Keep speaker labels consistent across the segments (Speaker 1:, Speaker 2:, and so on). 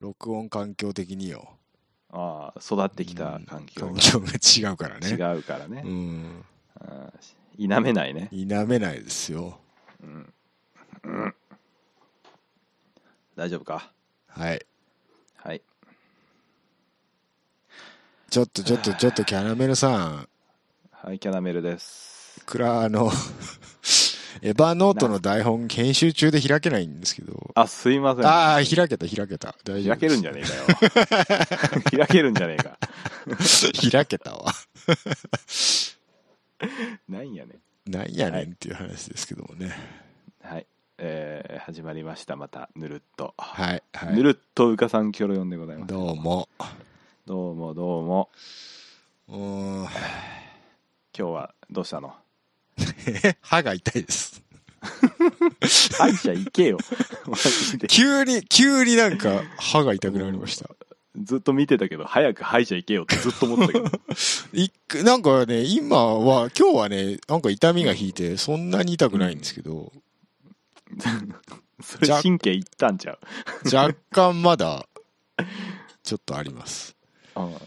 Speaker 1: 録音環境的によ。
Speaker 2: ああ、育ってきた環境
Speaker 1: 環境が違うからね。
Speaker 2: が違うからね
Speaker 1: う。ん。
Speaker 2: うん否めないね。
Speaker 1: 否めないですよ。
Speaker 2: うんうん大丈夫か。
Speaker 1: はい。
Speaker 2: はい。
Speaker 1: ちょっとちょっとちょっとキャラメルさん、
Speaker 2: はい、キャラメルです。
Speaker 1: クラあの、 エヴァノートの台本編集中で開けないんですけど。
Speaker 2: あ、すいません。
Speaker 1: ああ、開けた開けた。大丈夫
Speaker 2: 開けるんじゃねえかよ。 開けるんじゃねえか。
Speaker 1: え 開けたわ。
Speaker 2: ないんやね。
Speaker 1: なんやねんっていう話ですけどもね。
Speaker 2: はい。えー始まりました。また、ぬるっと。
Speaker 1: はい。は
Speaker 2: ぬ
Speaker 1: い。
Speaker 2: るっとうかさんきょろよんでございます。
Speaker 1: どうも。
Speaker 2: どうもどうも。
Speaker 1: うーん。
Speaker 2: 今日はどうしたの
Speaker 1: 歯が痛いです。
Speaker 2: あいちゃい けよ。マジで。
Speaker 1: 急に、急になんか歯が痛くなりました。
Speaker 2: ずっと見てたけど、早く歯医者行けよってずっと思ってた けど。
Speaker 1: いっくなんかね、今は、今日はね、なんか痛みが引いて、そんなに痛くないんですけど、
Speaker 2: それ
Speaker 1: じゃあ
Speaker 2: 神経いったんちゃう。
Speaker 1: 若干まだ、ちょっとあります。
Speaker 2: あだか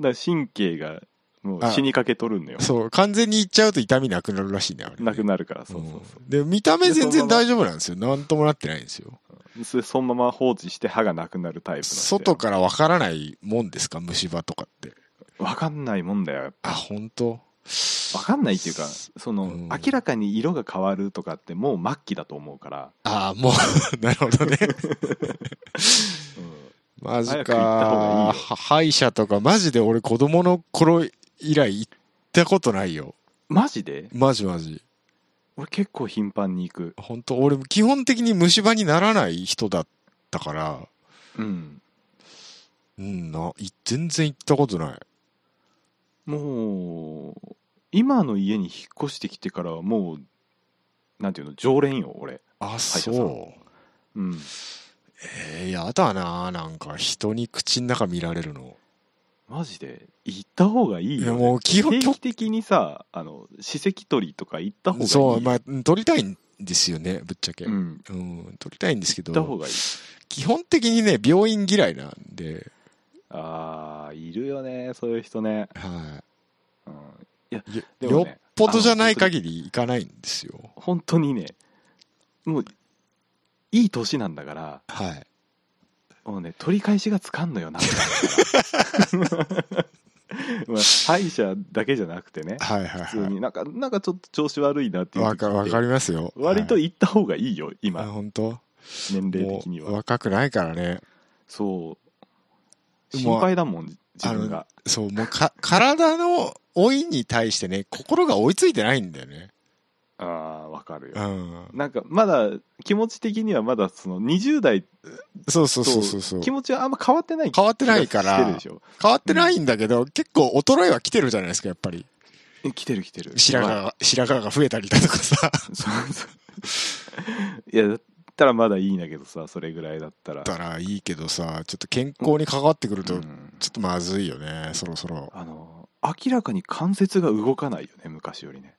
Speaker 2: ら神経がもう死にかけとるんだよ。
Speaker 1: そう、完全にいっちゃうと痛みなくなるらしいね、あれね。
Speaker 2: なくなるから、そううんそうそ
Speaker 1: で、見た目全然大丈夫なんですよ。なんともなってないんですよ。
Speaker 2: う。それそのまま放置して歯がなくなるタイプなんで。
Speaker 1: 外からわからないもんですか、虫歯とかって。
Speaker 2: わかんないもんだよ。
Speaker 1: あ、本当
Speaker 2: わかんないっていうか、その、
Speaker 1: うん
Speaker 2: 明らかに色が変わるとかってもう末期だと思うから、
Speaker 1: ああ、もう、 なるほ どね。マジ
Speaker 2: 早く行った方がいいよ
Speaker 1: か。は歯医者とか、マジで俺子供の頃以来行ったことないよ。
Speaker 2: マジで
Speaker 1: マジマジ。
Speaker 2: 俺結構頻繁に行く。
Speaker 1: 本当俺基本的に虫歯にならない人だったから、
Speaker 2: うん。
Speaker 1: うんな、い全然行ったことない。
Speaker 2: もう、今の家に引っ越してきてからはもう、なんていうの、常連よ、俺。
Speaker 1: あ、
Speaker 2: 者さん
Speaker 1: そう。
Speaker 2: うん。
Speaker 1: えー、やだななんか人に口の中見られるの。
Speaker 2: マジで行った方がいい
Speaker 1: い
Speaker 2: よ、ね。
Speaker 1: や、もう基本
Speaker 2: 定、期的にさあの歯石取りとか行った方がいい
Speaker 1: そう、まあ、うん取りたいんですよね、ぶっちゃけ。
Speaker 2: う
Speaker 1: うん、
Speaker 2: ん
Speaker 1: 取りたいんですけ
Speaker 2: 行った方
Speaker 1: ど、
Speaker 2: がいい
Speaker 1: 基本的にね、病院嫌いなんで、
Speaker 2: あーいるよねそういう人ね、
Speaker 1: は
Speaker 2: うん、
Speaker 1: い。よ
Speaker 2: で
Speaker 1: よ
Speaker 2: もね
Speaker 1: っぽどじゃない限り行かないんですよ。
Speaker 2: 本当にねもういい年なんだから
Speaker 1: はい。
Speaker 2: もうね取り返しがつかんのよ なんかまあ歯医者だけじゃなくてね
Speaker 1: はいはい
Speaker 2: 普通
Speaker 1: は
Speaker 2: になんかなんかちょっと調子悪いなって
Speaker 1: い。
Speaker 2: いう
Speaker 1: わ
Speaker 2: 時
Speaker 1: か
Speaker 2: っ
Speaker 1: わ
Speaker 2: て
Speaker 1: かりますよ。
Speaker 2: 割と
Speaker 1: はい、
Speaker 2: 行った方がいいよ
Speaker 1: あ、
Speaker 2: 今
Speaker 1: 本当
Speaker 2: 年齢
Speaker 1: も
Speaker 2: 的に
Speaker 1: う
Speaker 2: は
Speaker 1: 若くないからね。
Speaker 2: そう心配だもん自分が
Speaker 1: そう、もうか、体の老いに対してね、心が追いついてないんだよね。
Speaker 2: ああーわかるよ
Speaker 1: うん。
Speaker 2: なんかまだ気持ち的にはまだその20代
Speaker 1: そうそうそ
Speaker 2: と
Speaker 1: うそうそう。
Speaker 2: 気持ちはあんま変わってない
Speaker 1: 変わってないか
Speaker 2: 来てる
Speaker 1: ら
Speaker 2: で、しょ
Speaker 1: 変わってないんだけど、結構衰えは来てるじゃないですか、やっぱり。
Speaker 2: え来てる来てる
Speaker 1: 白髪が、白髪が増えたりだとかさ。
Speaker 2: そうそう いやだったらまだいいんだけどさそれぐらいだったら
Speaker 1: だからいいけどさ、ちょっと健康に関わってくると、
Speaker 2: う
Speaker 1: ちょ
Speaker 2: ん
Speaker 1: っとまずいよね、そろそろ。
Speaker 2: あの明らかに関節が動かないよね昔よりね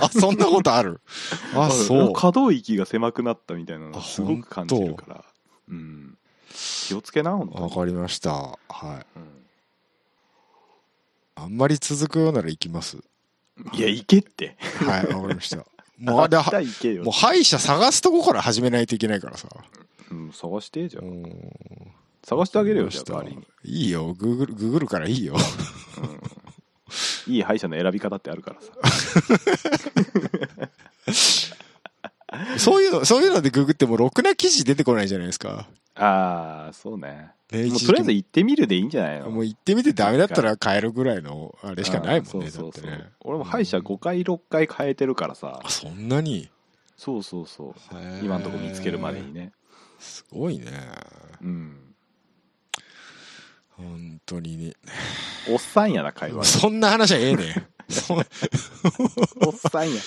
Speaker 1: あ、そんなことあ るあ、そう。
Speaker 2: 可動域が狭くなったみたいなのをすごく
Speaker 1: あ本
Speaker 2: 感
Speaker 1: 当
Speaker 2: じるからうん気をつけなほん
Speaker 1: わかりました。はい。
Speaker 2: うん
Speaker 1: あんまり続くようなら行きます。
Speaker 2: いや行けって
Speaker 1: はい、わかりま した。もうあれ、
Speaker 2: 明日行けよ
Speaker 1: もう歯医者探すとこから始めないといけないからさ。
Speaker 2: うん探してじゃ
Speaker 1: うんん。
Speaker 2: 探してあげるよじゃあ代わりに
Speaker 1: いいよ、ググる、ググるからいいよ。
Speaker 2: うん いい歯医者の選び方ってあるからさ。
Speaker 1: そういうの、そういうのでググってもろくな記事出てこないじゃないですか。
Speaker 2: ああ、そうね。
Speaker 1: ね
Speaker 2: もう
Speaker 1: 一時期
Speaker 2: とりあえず行ってみるでいいんじゃないの
Speaker 1: もう行ってみてダメだったら変えるぐらいの、あれしかないもん
Speaker 2: あ
Speaker 1: ね、
Speaker 2: ー
Speaker 1: だ
Speaker 2: そ
Speaker 1: っ
Speaker 2: う
Speaker 1: て
Speaker 2: そうそう
Speaker 1: ね。
Speaker 2: 俺も歯医者5回、6回変えてるからさ
Speaker 1: あ、。そんなに
Speaker 2: そうそうそう。
Speaker 1: へー
Speaker 2: 今のとこ見つけるまでにね。
Speaker 1: すごいね。
Speaker 2: うん。
Speaker 1: 本当にね。
Speaker 2: おっさんやな、会話。
Speaker 1: そんな話はええねん。 そん
Speaker 2: おっさんや。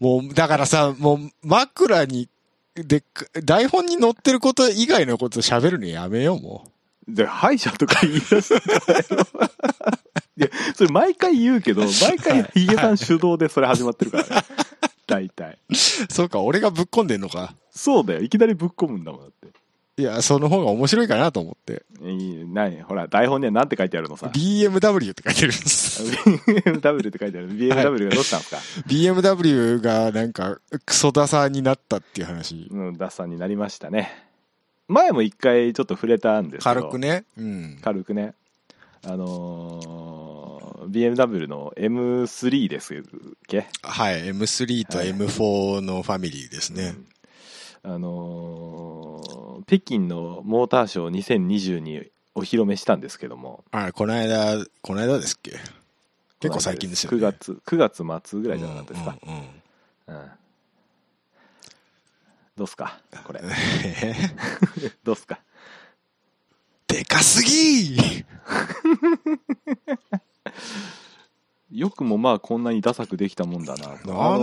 Speaker 1: もう、だからさ、もう枕に、で、台本に載ってること以外のこと喋るのやめよう、もう。
Speaker 2: で、歯医者とか言い出すからよいや、それ毎回言うけど、毎回ヒゲさん主導でそれ始まって るからね。大体。
Speaker 1: そうか、俺がぶっこんでんのか。
Speaker 2: そうだよ。いきなりぶっ込むんだもん、だって。
Speaker 1: いや、その方が面白いかなと思って。
Speaker 2: いいないほら、台本には何て書いてあるのさ。
Speaker 1: BMW って書いてるん です。
Speaker 2: BMW って書いてある。BMW がどうしたんですか、
Speaker 1: BMW がなんか、クソダサになったっていう話。
Speaker 2: うん、ダッサンになりましたね。前も一回ちょっと触れたんですけど。
Speaker 1: 軽くね。うん。
Speaker 2: 軽くねあのー BMW の M3 ですっけ、
Speaker 1: はい。M3 と
Speaker 2: はい
Speaker 1: M4 のファミリーですね。
Speaker 2: あのー北京のモーターショー2020にお披露目したんですけども
Speaker 1: はい。この間、この間ですっけ結構最近ですよね。
Speaker 2: 9月9月末ぐらいじゃなかったですか、
Speaker 1: うんうんうん
Speaker 2: うんどうっすかこれ
Speaker 1: えへ
Speaker 2: どうっすか
Speaker 1: でかすぎー
Speaker 2: よくもまあこんなにダサくできたもんだなと
Speaker 1: なん
Speaker 2: あの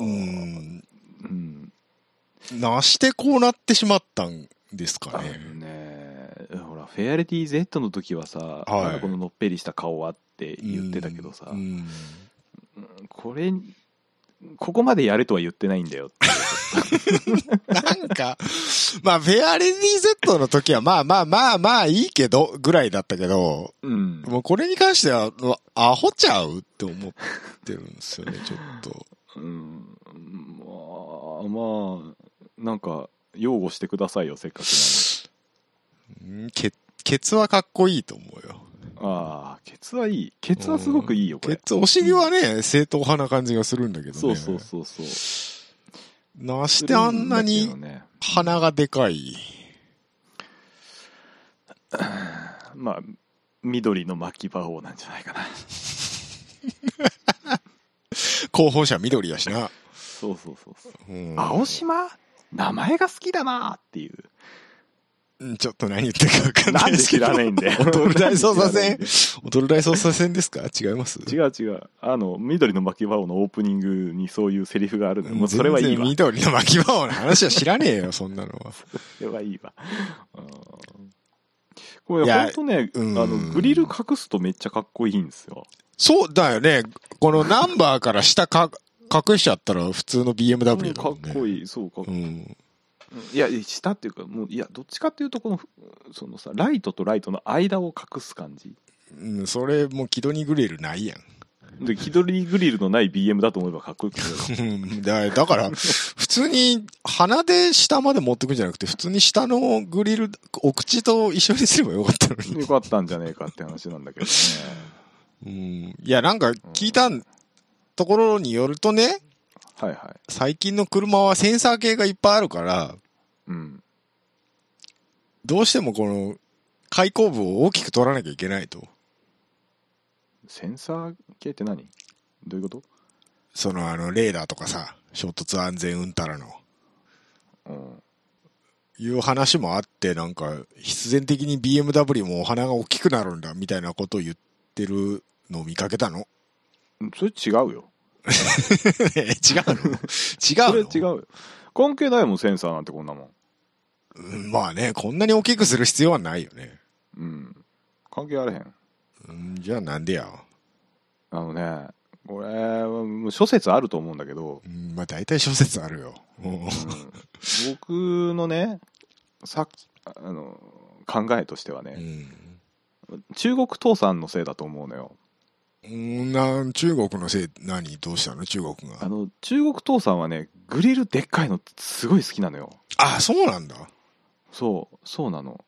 Speaker 1: う
Speaker 2: ー
Speaker 1: ん。
Speaker 2: うん
Speaker 1: なしてこうなってしまったんですか
Speaker 2: あの
Speaker 1: ね。
Speaker 2: ねほらフェアリティ Z の時はさ、
Speaker 1: い
Speaker 2: なんかこののっぺりした顔はって言ってたけどさ、
Speaker 1: うん
Speaker 2: これここまでやれとは言ってないんだよって
Speaker 1: なんか、まあ、フェアレディ Z の時は、まあまあまあまあいいけど、ぐらいだったけど、
Speaker 2: うん
Speaker 1: もうこれに関しては、うわアホちゃうって思ってるんですよね、ちょっと。
Speaker 2: うんまあまあなんか擁護してくださいよせっかく
Speaker 1: うんケケツはかっこいいと思うよ。
Speaker 2: なのああケツはいいケツはすごくいいよこ
Speaker 1: ケ
Speaker 2: れ
Speaker 1: ツ、お尻はね、正統派な感じがするんだけどね。
Speaker 2: そうそうそうそう
Speaker 1: なしてあんな
Speaker 2: する
Speaker 1: に
Speaker 2: だけどね
Speaker 1: 鼻がでかい。
Speaker 2: まあ緑の巻き場王なんじゃないかな
Speaker 1: 候補者緑やしな。
Speaker 2: そうそうそうそう
Speaker 1: うん
Speaker 2: 青島名前が好きだなっていう。
Speaker 1: うんちょっと何言ってるかわかんな
Speaker 2: ないん
Speaker 1: で
Speaker 2: です
Speaker 1: け
Speaker 2: 知
Speaker 1: ど。
Speaker 2: らないん だよ。
Speaker 1: 踊る大捜査線
Speaker 2: なんで知
Speaker 1: 踊る大捜査線ですか違います
Speaker 2: らないんだよ違う違う。あの、緑の巻き場王のオープニングにそういうセリフがあるのよ。 もうそれはいい
Speaker 1: 全然
Speaker 2: わ。
Speaker 1: 緑の巻き場王の話は知らねえよ、そんなのは。
Speaker 2: それはいいわ。うんこれ
Speaker 1: いや
Speaker 2: 本当ね、あ
Speaker 1: うん
Speaker 2: の、グリル隠すとめっちゃかっこいいんですよ。
Speaker 1: そうだよね。このナンバーから下か隠しちゃったら普通の BMW だもんね。
Speaker 2: かっこいい、そうかっこいい
Speaker 1: うん。
Speaker 2: いや、下っていうか、もう、いや、どっちかっていうと、この、そのさ、ライトとライトの間を隠す感じ。
Speaker 1: うん、それもう気取りグリルないやん。
Speaker 2: で、気取りグリルのない BM だと思えばかっこよく見える
Speaker 1: うんだだから、普通に鼻で下まで持ってくんじゃなくて、普通に下のグリル、お口と一緒にすればよかったのに。
Speaker 2: よかったんじゃねえかって話なんだけど ね。
Speaker 1: うん。いや、なんか聞いたところによるとね、
Speaker 2: はいはい。
Speaker 1: 最近の車はセンサー系がいっぱいあるから、
Speaker 2: うん。
Speaker 1: どうしてもこの、開口部を大きく取らなきゃいけないと。
Speaker 2: センサー系って何どういうこと
Speaker 1: そのあの、レーダーとかさ、衝突安全うんたらの、
Speaker 2: うん。
Speaker 1: いう話もあって、なんか、必然的に BMW もお花が大きくなるんだ、みたいなことを言ってるのを見かけたの。
Speaker 2: それ違うよ。
Speaker 1: え違 う
Speaker 2: そ
Speaker 1: の
Speaker 2: れ
Speaker 1: 違う
Speaker 2: 違うよ。関係ないもん、センサーなんてこんなもん。
Speaker 1: のうんまあね、こんなに大きくする必要はないよね。
Speaker 2: うん。関係あれへん。
Speaker 1: うんじゃあなんでや。
Speaker 2: あのね、これはもう諸説あると思うんだけど、
Speaker 1: うんまあ大体小説あるよ。うん
Speaker 2: うん、僕のね、さあの、考えとしては
Speaker 1: う
Speaker 2: ね、
Speaker 1: ん
Speaker 2: 中国倒産のせいだと思うのよ。
Speaker 1: うん、なん中国のせい、何どうしたの中国
Speaker 2: あ
Speaker 1: が。
Speaker 2: の、中国倒産はね、グリルでっかいのすごい好きなのよ。
Speaker 1: あ、そうなんだ。
Speaker 2: そう、そうなの。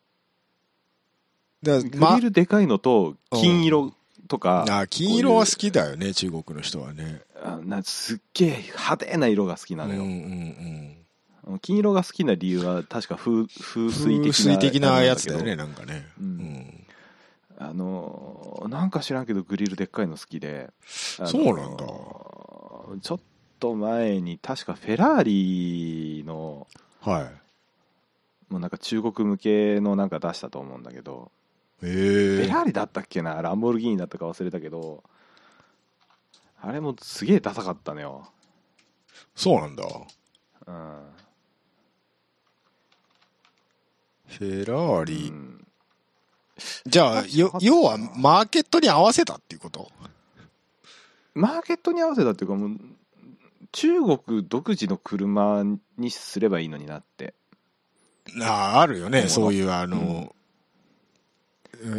Speaker 1: だ
Speaker 2: グ
Speaker 1: ま
Speaker 2: リルでかいのと金色とか、
Speaker 1: あ、金色は好きだよね、中国の人はね。
Speaker 2: あなすっげえ派手な色が好きなの
Speaker 1: うんう
Speaker 2: よ、
Speaker 1: ん
Speaker 2: 金色が好きな理由は確か風風
Speaker 1: うん。
Speaker 2: 水的な
Speaker 1: 風水的なやつだよ
Speaker 2: あれ
Speaker 1: ね、
Speaker 2: ん
Speaker 1: な
Speaker 2: け
Speaker 1: んかね。
Speaker 2: うん
Speaker 1: うん
Speaker 2: どあのーなんか知らんけどグリルでっかいの好きで、あのー
Speaker 1: そうなんだ
Speaker 2: ちょっと前に確かフェラーリの
Speaker 1: はい。
Speaker 2: もうなんか中国向けのなんか出したと思うんだけど、
Speaker 1: え
Speaker 2: フェ
Speaker 1: ー
Speaker 2: ラーリだったっけなランボルギーニだったか忘れたけどあれもすげえダサかったのよ
Speaker 1: そうなんだ。
Speaker 2: うん
Speaker 1: フェラーリ。
Speaker 2: うん
Speaker 1: じゃあ、よ、要は、マーケットに合わせたっていうこと
Speaker 2: マーケットに合わせたっていうかもう中国独自の車にすればいいのになって
Speaker 1: ああるよね、
Speaker 2: 本物
Speaker 1: そういう、あの、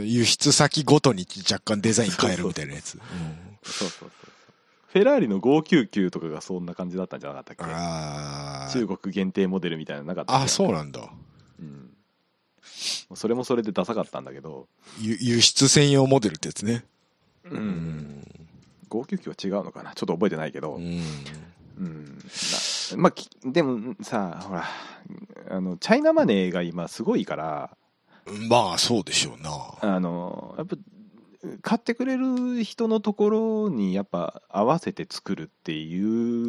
Speaker 1: 輸出先ごとに若干デザイン変えるみたいなやつ。うん
Speaker 2: そうそうそうそうフェラーリの599とかがそんな感じだったんじゃなかったっけ
Speaker 1: あー
Speaker 2: 中国限定モデルみたいなのなかった
Speaker 1: あ、そう
Speaker 2: な
Speaker 1: なんだ。
Speaker 2: うんそれもそれでダサかったんだけど、
Speaker 1: 輸輸出専用モデルってやつね。
Speaker 2: う、
Speaker 1: うん
Speaker 2: 599は違うのかなちょっと覚えてないけど、
Speaker 1: うん
Speaker 2: うんなまあきでもさほらあのチャイナマネーが今すごいから
Speaker 1: まあ、そうでしょうな。
Speaker 2: あのやっぱ買ってくれる人のところにやっぱ合わせて作るってい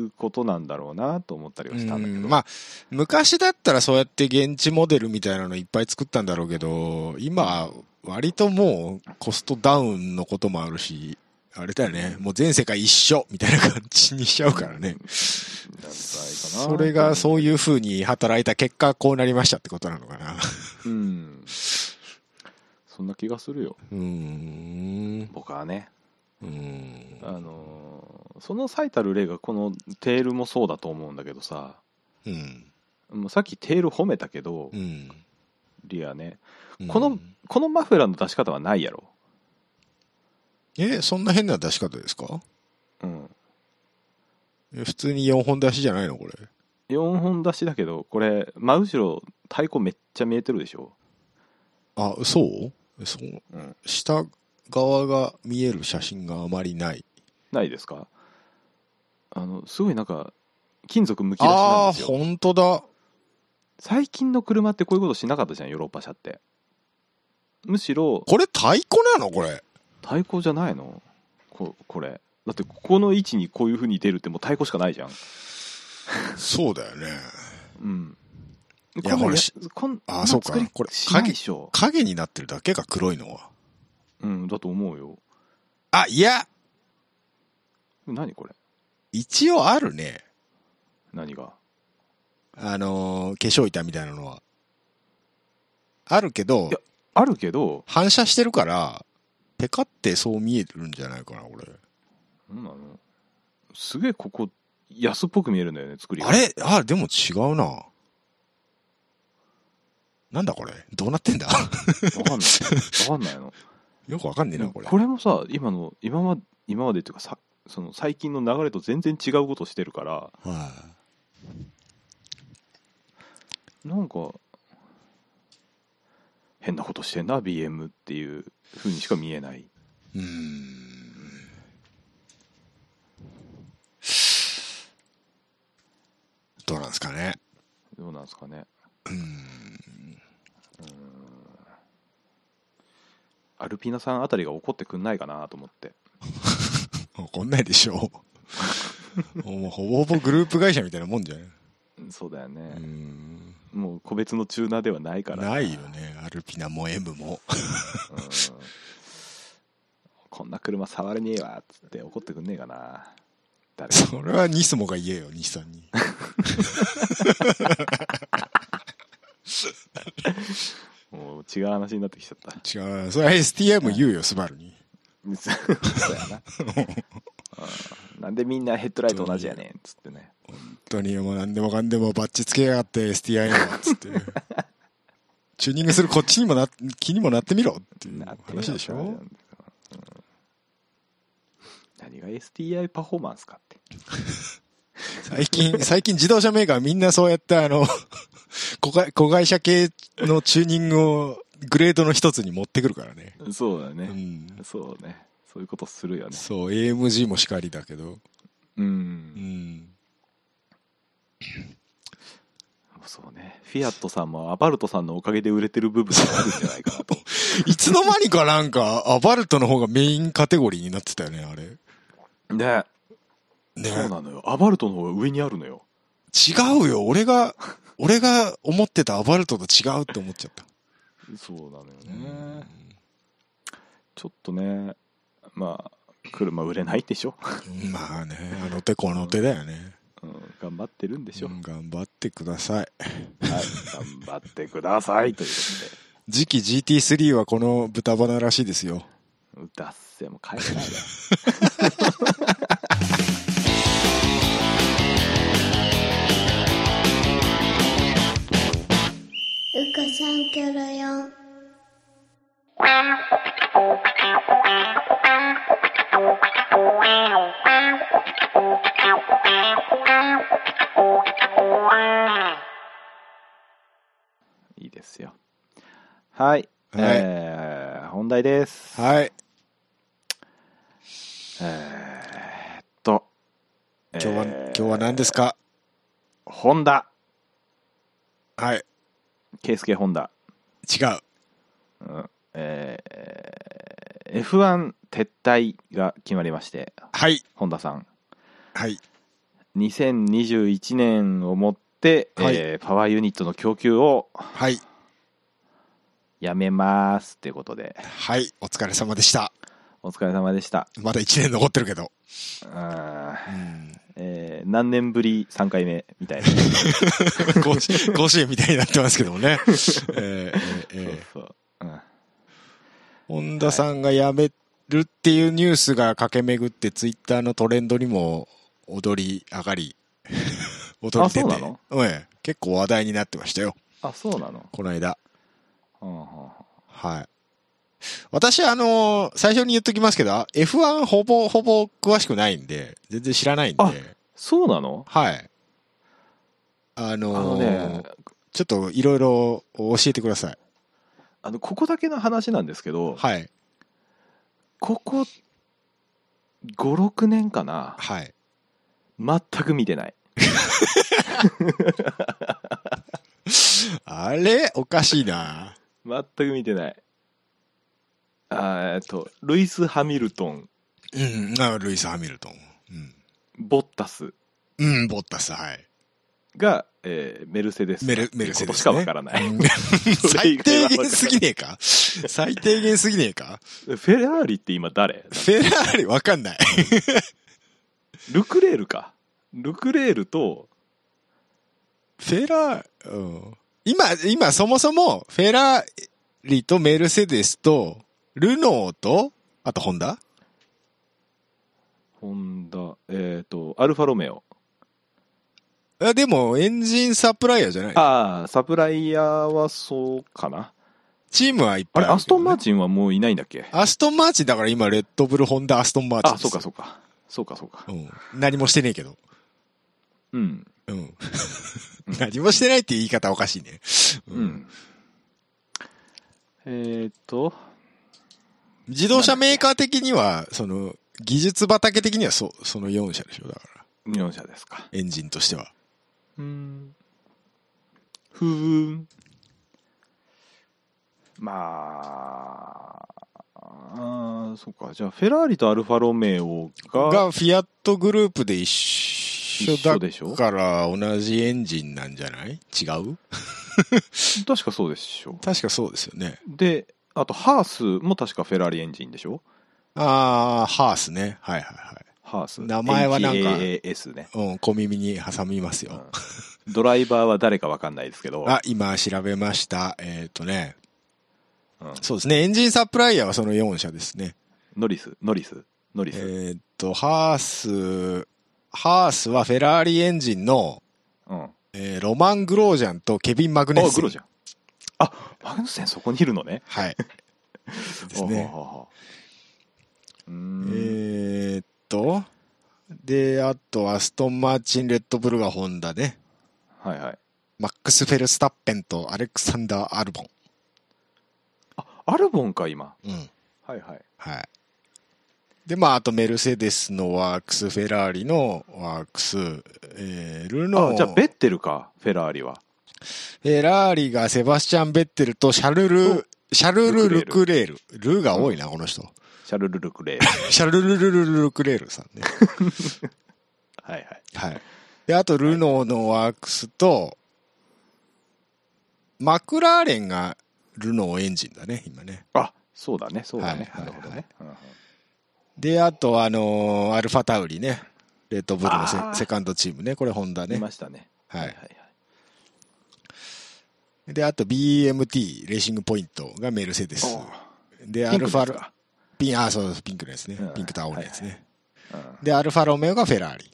Speaker 2: うことなんだろうなと思ったりはしたんだけど、
Speaker 1: うんまあ、昔だったらそうやって現地モデルみたいなのいっぱい作ったんだろうけど、今、割ともうコストダウンのこともあるし、あれだよね、もう全世界一緒みたいな感じにしちゃうからね。
Speaker 2: なんじゃないかな
Speaker 1: それがそういう風に働いた結果、こうなりましたってことなのかな。
Speaker 2: うんそんな気がするよ
Speaker 1: うーん。
Speaker 2: 僕はね
Speaker 1: うーん。
Speaker 2: あのーその最たる例がこのテールもそうだと思うんだけどさ
Speaker 1: うん。
Speaker 2: もうさっきテール褒めたけど、
Speaker 1: うん。
Speaker 2: リアね
Speaker 1: うん
Speaker 2: この、このマフラーの出し方はないやろ
Speaker 1: え、そんな変な出し方ですか
Speaker 2: うん
Speaker 1: え普通に4本出しじゃないのこれ。
Speaker 2: 4本出しだけどこれ真後ろ太鼓めっちゃ見えてるでしょ、
Speaker 1: あ、そうそう。
Speaker 2: うん、
Speaker 1: 下側が見える写真があまりない。
Speaker 2: ないですかあのすごいなんか金属むき出しな
Speaker 1: あ
Speaker 2: ん
Speaker 1: あ、
Speaker 2: ですよ
Speaker 1: 本当だ。
Speaker 2: 最近の車ってこういうことしなかったじゃんヨーロッパ車ってむしろ
Speaker 1: これ太鼓なのこれ。
Speaker 2: 太鼓じゃないのここれだってここの位置にこういうふうに出るってもう太鼓しかないじゃん
Speaker 1: そうだよね。
Speaker 2: うん
Speaker 1: いや
Speaker 2: こんな
Speaker 1: ほらし
Speaker 2: こん
Speaker 1: あーそうか
Speaker 2: こんな作り
Speaker 1: これ
Speaker 2: しないでしょ
Speaker 1: 影になってるだけが黒いのは。
Speaker 2: うんだと思うよ
Speaker 1: あ、いや、
Speaker 2: 何これ
Speaker 1: 一応あるね。
Speaker 2: 何が
Speaker 1: あのー化粧板みたいなのは。あるけど
Speaker 2: いや、あるけど
Speaker 1: 反射してるから、ペカってそう見えるんじゃないかな、これ。
Speaker 2: なんなのすげえここ安っぽく見えるんだよね作りが
Speaker 1: あれあ、でも違うな。なんだこれどうなってんだ
Speaker 2: わかんないわかんないの
Speaker 1: よくわかんねえな、これ。
Speaker 2: これもさ今の今まで今までっていうかさその最近の流れと全然違うことしてるから
Speaker 1: はい
Speaker 2: なんか変なことしてんな BM っていうふうにしか見えないう
Speaker 1: ーんどうなんですかね。
Speaker 2: どうなんですかねうーんアルピーナさんあたりが怒ってくんないかなと思って
Speaker 1: 怒んないでしょう。もうほぼほぼグループ会社みたいなもんじゃない
Speaker 2: そうだよ
Speaker 1: うー
Speaker 2: ね、
Speaker 1: ん
Speaker 2: もう個別のチューナーではないから
Speaker 1: ないよね。アルピナも M も。
Speaker 2: うんこんな車触れねえわっつって怒ってくんねえかな誰か
Speaker 1: それはニスモが言えよ、日産に。
Speaker 2: もう違う話になってきちゃった
Speaker 1: 違うな。それは STM 言うよ、スバルに。
Speaker 2: そうやな うんなんでみんなヘッドライト同じやねんっつってね
Speaker 1: 本当にもう何でもかんでもバッチつけやがって STI は、つ って。チューニングするこっちにもな、気にもなってみろっていう
Speaker 2: なってみろ
Speaker 1: 話でし
Speaker 2: って
Speaker 1: ょ
Speaker 2: 話なんですようん何が STI パフォーマンスかって
Speaker 1: 最近、最近自動車メーカーみんなそうやってあの、 子会子会社系のチューニングをグレードの一つに持ってくるからね。
Speaker 2: そうだ
Speaker 1: う
Speaker 2: ね、
Speaker 1: ん。
Speaker 2: そうねそういうことするよね
Speaker 1: そう、AMG もしかりだけど。
Speaker 2: うん、
Speaker 1: うん。
Speaker 2: そうねフィアットさんもアバルトさんのおかげで売れてる部分があるんじゃないかなと
Speaker 1: いつの間にかなんか、アバルトの方がメインカテゴリーになってたよね、あれ。
Speaker 2: ね
Speaker 1: ね
Speaker 2: そうなのよアバルトの方が上にあるのよ
Speaker 1: 違うよ、俺が、俺が思ってたアバルトと違うって思っちゃった。
Speaker 2: そうなのよねちょっとねまあ車売れないでしょ、
Speaker 1: うんまあね、あの手この手だよね。
Speaker 2: うん、頑張ってるんでしょ、
Speaker 1: うん頑張ってください。
Speaker 2: はい頑張ってくださいというこ
Speaker 1: 次期 GT3 はこの豚バナらしいですよ。
Speaker 2: とで脱線も変えてないわ
Speaker 3: ク3キョロ4。
Speaker 2: いいですよ。はい。
Speaker 1: はい
Speaker 2: えー本題です。
Speaker 1: はい。
Speaker 2: えーっと、
Speaker 1: 今日は、
Speaker 2: えー
Speaker 1: 今日は何ですか
Speaker 2: ホンダ。
Speaker 1: はい。
Speaker 2: ケイスケホンダ。
Speaker 1: 違う。
Speaker 2: うんえー F1 撤退が決まりまして、
Speaker 1: はい。
Speaker 2: ホンダさん。
Speaker 1: はい。
Speaker 2: 2021年をもって、
Speaker 1: はい
Speaker 2: えーパワーユニットの供給を
Speaker 1: はい。
Speaker 2: やめますっていうことで、
Speaker 1: はい。お疲れ様でした。
Speaker 2: お疲れ様でした。
Speaker 1: まだ1年残ってるけど。
Speaker 2: うん
Speaker 1: うん。
Speaker 2: えー何年ぶり3回目みたいな。
Speaker 1: 甲子甲子園みたいになってますけどもね。えーえーえー
Speaker 2: そうそううん
Speaker 1: 本田さんが辞めるっていうニュースが駆け巡って、ツイッターのトレンドにも踊り上がり、踊り出て
Speaker 2: あそうなの
Speaker 1: ええ結構話題になってましたよ、
Speaker 2: あ、そうなの、
Speaker 1: この間。
Speaker 2: うんうんうん
Speaker 1: はい。私、あのー最初に言っときますけど、あ F1 ほぼほぼ詳しくないんで、全然知らないんで、
Speaker 2: あそうなの
Speaker 1: はい。あ
Speaker 2: あ
Speaker 1: のー
Speaker 2: のね、
Speaker 1: ちょっといろいろ教えてください。
Speaker 2: あのここだけの話なんですけど、
Speaker 1: はい。
Speaker 2: ここ5、6年かな、
Speaker 1: はい。
Speaker 2: 全く見てない。
Speaker 1: あれおかしいな。
Speaker 2: 全く見てない。あーえっと、ルイス・ハミルトン、
Speaker 1: うん、あルイス・ハミルトン。うん
Speaker 2: ボッタス
Speaker 1: うん、ボッタス、 はい。
Speaker 2: が、えーメルセデス。
Speaker 1: メル、メルセデス、ね。
Speaker 2: ことしかわからない。
Speaker 1: うん。
Speaker 2: それ
Speaker 1: 最
Speaker 2: 以外は
Speaker 1: 低
Speaker 2: わからな
Speaker 1: 限
Speaker 2: い
Speaker 1: すぎねえか最低限すぎねえか
Speaker 2: フェラーリって今誰
Speaker 1: フェラーリわかんない。
Speaker 2: ルクレールか。ルクレールと、
Speaker 1: フェラー、うん。今、今そもそも、フェラーリとメルセデスと、ルノーと、あとホンダ
Speaker 2: ホンダ、えっ、と、アルファロメオ。
Speaker 1: あでも、エンジンサプライヤーじゃない。
Speaker 2: ああ、サプライヤーはそうかな。
Speaker 1: チームはいっ
Speaker 2: あ
Speaker 1: ぱい
Speaker 2: れ、
Speaker 1: ある
Speaker 2: アストン・マー
Speaker 1: チ
Speaker 2: チンはもういないんだっけ
Speaker 1: アストンマーチンだから今、レッドブル、ホンダ、アストンマーチン
Speaker 2: あ、
Speaker 1: です
Speaker 2: そうかそうか。そうかそうか。
Speaker 1: うん。何もしてねえけど。
Speaker 2: うん。
Speaker 1: うん。何もしてないって言い方おかしいね。
Speaker 2: う。ん。えーっと、
Speaker 1: 自動車メーカー的には、その、技術畑的にはそ、その4社でしょ、だから。
Speaker 2: 4社ですか。
Speaker 1: エンジンとしては。
Speaker 2: うーん。ふーん。まあ、あーそっか。じゃあ、フェラーリとアルファロメオが、
Speaker 1: が、フィアットグループで一緒
Speaker 2: 一緒でしょ
Speaker 1: だから、同じエンジンなんじゃない違う
Speaker 2: 確かそうでしょ。
Speaker 1: 確かそうですよね。
Speaker 2: で、あと、ハースも確かフェラーリエンジンでしょ
Speaker 1: あー、ハースね。はいはいはい。
Speaker 2: ハース。
Speaker 1: 名前はなんか
Speaker 2: HAAS ね。
Speaker 1: うん、小耳に挟みますよ。
Speaker 2: うんドライバーは誰かわかんないですけど、
Speaker 1: あ、今調べました。えっ、とね、
Speaker 2: うん
Speaker 1: そうですね、エンジンサプライヤーはその4社ですね。
Speaker 2: ノリス、ノリス、ノリス。
Speaker 1: えっ、と、ハース、ハースはフェラーリエンジンの、
Speaker 2: うん。あ、
Speaker 1: えーロマン・グロージャンとケビン・マグネッセン。
Speaker 2: グロじゃん。あ、マグネッセンそこにいるのね。
Speaker 1: はい。ですね
Speaker 2: ほ。うほうほうう
Speaker 1: え
Speaker 2: ーん
Speaker 1: ーっと、で、あと、アストン・マーチン、レッドブルがホンダね。
Speaker 2: はいはい。
Speaker 1: マックス・フェルスタッペンとアレクサンダー・アルボン。
Speaker 2: あ、アルボンか、今。
Speaker 1: うん。
Speaker 2: はいはい。
Speaker 1: はい。で、まあ、あと、メルセデスのワークス、フェラーリのワークス、えー、ルノ
Speaker 2: あ、
Speaker 1: ー。
Speaker 2: じゃあ、ベッテルか、フェラーリは。
Speaker 1: フェラーリがセバスチャン・ベッテルとシャルル、シャルル・ルクレール。ルーが多いな、この人。
Speaker 2: シャルル・ルクレール。
Speaker 1: シャルルルルルルクレールさんね。
Speaker 2: はいはい。
Speaker 1: はい。で、あと、ルノーのワークスと、マクラーレンがルノーエンジンだね、今ね。
Speaker 2: あ、そうだね、そうだね。
Speaker 1: は
Speaker 2: ない
Speaker 1: はいはい
Speaker 2: るほどね。うんうん
Speaker 1: で、あと、あのーアルファタウリね。レッドブルのセ
Speaker 2: あー
Speaker 1: セカンドチームね。これ、ホンダ
Speaker 2: い
Speaker 1: ね。
Speaker 2: ましたね。
Speaker 1: は
Speaker 2: はいい。はい。
Speaker 1: で、あと、BMT、レーシングポイントがメルセデス。で、アルファロ、ピン、あ、そう、ピンクのやつね
Speaker 2: うん。
Speaker 1: ピンクと青のやつね。
Speaker 2: うんはい
Speaker 1: で、アルファロメオがフェラーリ。